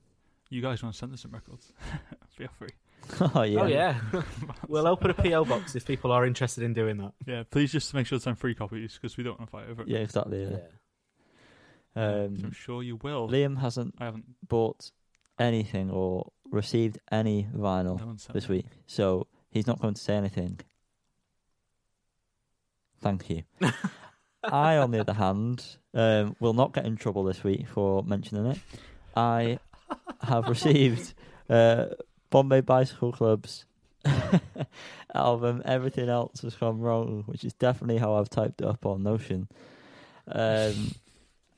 S3: you guys want to send us some records, feel free.
S2: oh yeah.
S1: Oh yeah, we'll open a PO box if people are interested in doing that.
S3: Yeah, please just make sure to send free copies because we don't want to fight over it.
S2: Yeah, exactly. Yeah.
S3: Which I'm
S2: Um,
S3: sure you will.
S2: Liam hasn't
S3: I haven't.
S2: bought anything or received any vinyl
S3: No one sent
S2: this
S3: me.
S2: week, so he's not going to say anything. Thank you. I, on the other hand, um, will not get in trouble this week for mentioning it. I have received uh, Bombay Bicycle Club's album Everything Else Has Gone Wrong, which is definitely how I've typed it up on Notion. Um,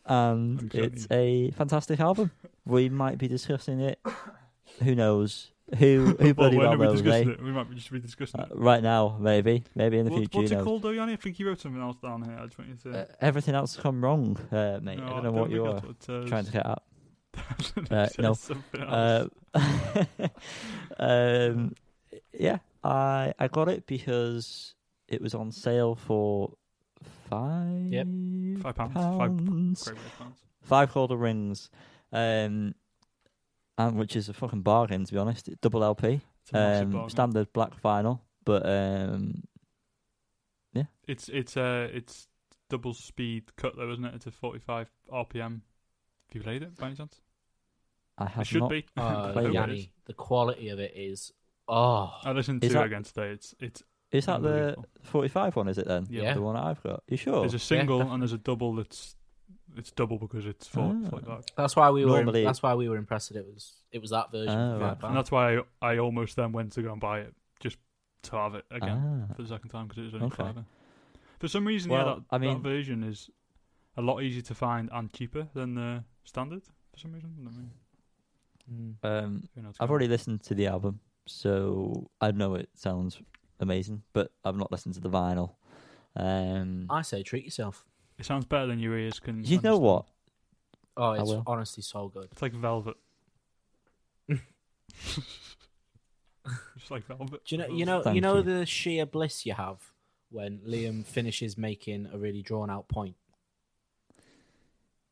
S2: and
S3: Exactly.
S2: it's a fantastic album. We might be discussing it. Who knows? Who who
S3: Well,
S2: bloody
S3: when
S2: well
S3: are we
S2: knows?
S3: discussing
S2: eh?
S3: it? We might be- just be discussing
S2: Uh,
S3: it.
S2: right now, maybe, maybe in the
S3: What-
S2: future.
S3: what's
S2: who
S3: it
S2: knows?
S3: called, though, Yanni? I think you wrote something else down here. I just want you to.
S2: Uh, everything else has gone wrong, uh, mate. I don't know what you are trying to get at. Uh, no. Uh, um, yeah, I I got it because it was on sale for five
S1: Yep.
S3: Five pounds. Five
S2: pounds.
S3: Great response.
S2: five quarter rings, um, and which is a fucking bargain to be honest. Double LP,
S3: It's, a massive
S2: um,
S3: bargain.
S2: standard black vinyl, but um,
S3: it's it's uh it's double speed cut though, isn't it? It's a 45 RPM. Have you played it by any chance?
S2: I
S3: It
S2: have
S3: should
S2: not.
S3: be.
S1: Uh,
S2: Play
S3: I, hope it
S1: Yanni,
S3: is.
S1: the quality of it is oh
S3: I listened to
S2: Is
S3: it
S2: that-
S3: again today. It's it's
S2: Is that the
S3: unbelievable.
S2: forty-five one? Is it then?
S3: Yeah.
S1: Yeah.
S2: the one I've got. You sure?
S3: there's a single
S1: definitely.
S3: and there's a double that's it's double because it's four,
S2: Ah.
S3: 45.
S1: that's why we were
S2: Normally-
S1: that's why we were impressed that it was it was that version.
S2: Oh,
S1: of
S2: right.
S1: that band.
S3: And that's why I, I almost then went to go and buy it just to have it again.
S2: Ah.
S3: for the second time because it was only
S2: Okay.
S3: fiver. For some reason, yeah,
S2: Well,
S3: that,
S2: I mean-
S3: that version is a lot easier to find and cheaper than the standard. For some reason, I don't know.
S1: Mm.
S2: Um,
S3: Who knows?
S2: I've already listened to the album, so I know it sounds amazing, but I've not listened to the vinyl. Um,
S1: I say treat yourself.
S3: It sounds better than your ears can.
S2: you know
S3: understand.
S2: what?
S1: Oh,
S2: I
S1: it's
S2: will.
S1: honestly so good.
S3: It's like velvet. Just like velvet.
S1: Do you know? You know?
S2: Oh, Thank
S1: you know
S2: you.
S1: the sheer bliss you have when Liam finishes making a really drawn out point.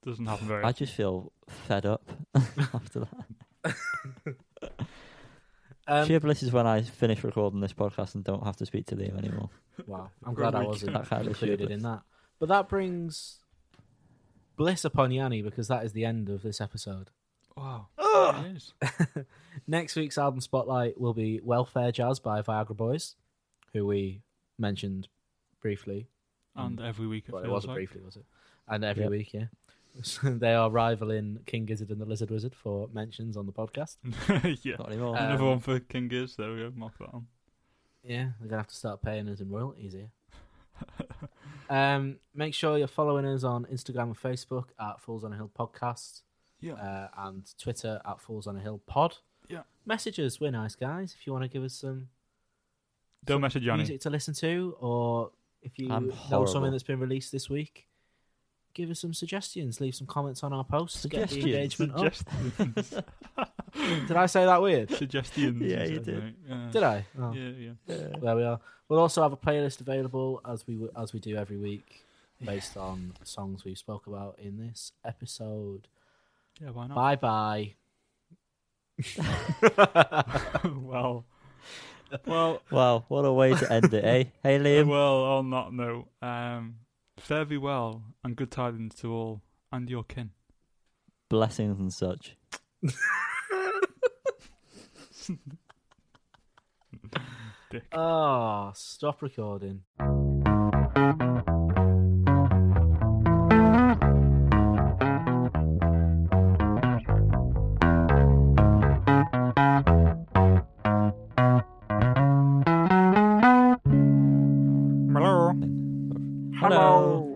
S3: Doesn't happen very.
S2: I
S3: often.
S2: just feel fed up after that.
S1: Um,
S2: Sheer bliss is when I finish recording this podcast and don't have to speak to Liam anymore.
S1: Wow, I'm glad I
S3: Very
S1: wasn't
S2: good. That kind of
S1: included
S2: shit.
S1: in that. But that brings bliss upon Yanni because that is the end of this episode.
S3: Wow. It is.
S1: Next week's album spotlight will be Welfare Jazz by Viagra Boys, who we mentioned briefly.
S3: And every week it
S1: Well, it
S3: feels
S1: wasn't
S3: like.
S1: briefly, was it? And every
S2: Yep.
S1: week, yeah. So they are rivaling King Gizzard and the Lizard Wizard for mentions on the podcast.
S3: yeah.
S2: Not anymore.
S1: Uh,
S3: Another
S1: Um,
S3: one for King Gears. There we go. Mark that on.
S1: Yeah, they're gonna have to start paying us in royalties here. um, make sure you're following us on Instagram and Facebook at Fools on a Hill Podcast.
S3: Yeah.
S1: uh, and Twitter at Falls on a Hill Pod.
S3: Yeah.
S1: Message us. We're nice guys. If you want to give us some
S3: Don't message Johnny.
S1: music to listen to, or if you
S2: I'm
S1: know
S2: horrible.
S1: something that's been released this week, give us some suggestions. Leave some comments on our posts. Get the
S2: Suggestions.
S1: engagement up.
S3: Suggestions.
S1: Did I say that weird?
S3: Suggestions.
S2: Yeah, you
S3: said,
S2: did.
S3: mate. Yeah.
S1: Did I? Oh,
S3: Yeah, yeah.
S2: Yeah.
S1: There we are. We'll also have a playlist available as we as we do every week, based on songs we spoke about in this episode.
S3: Yeah, why not?
S1: Bye bye.
S3: well, well,
S2: Wow, what a way to end it, eh? Hey, Liam.
S3: well, on that note, um, fare thee well and good tidings to all and your kin.
S2: Blessings and such.
S3: Dick.
S1: Ah, stop recording.
S3: Hello.
S2: Hello.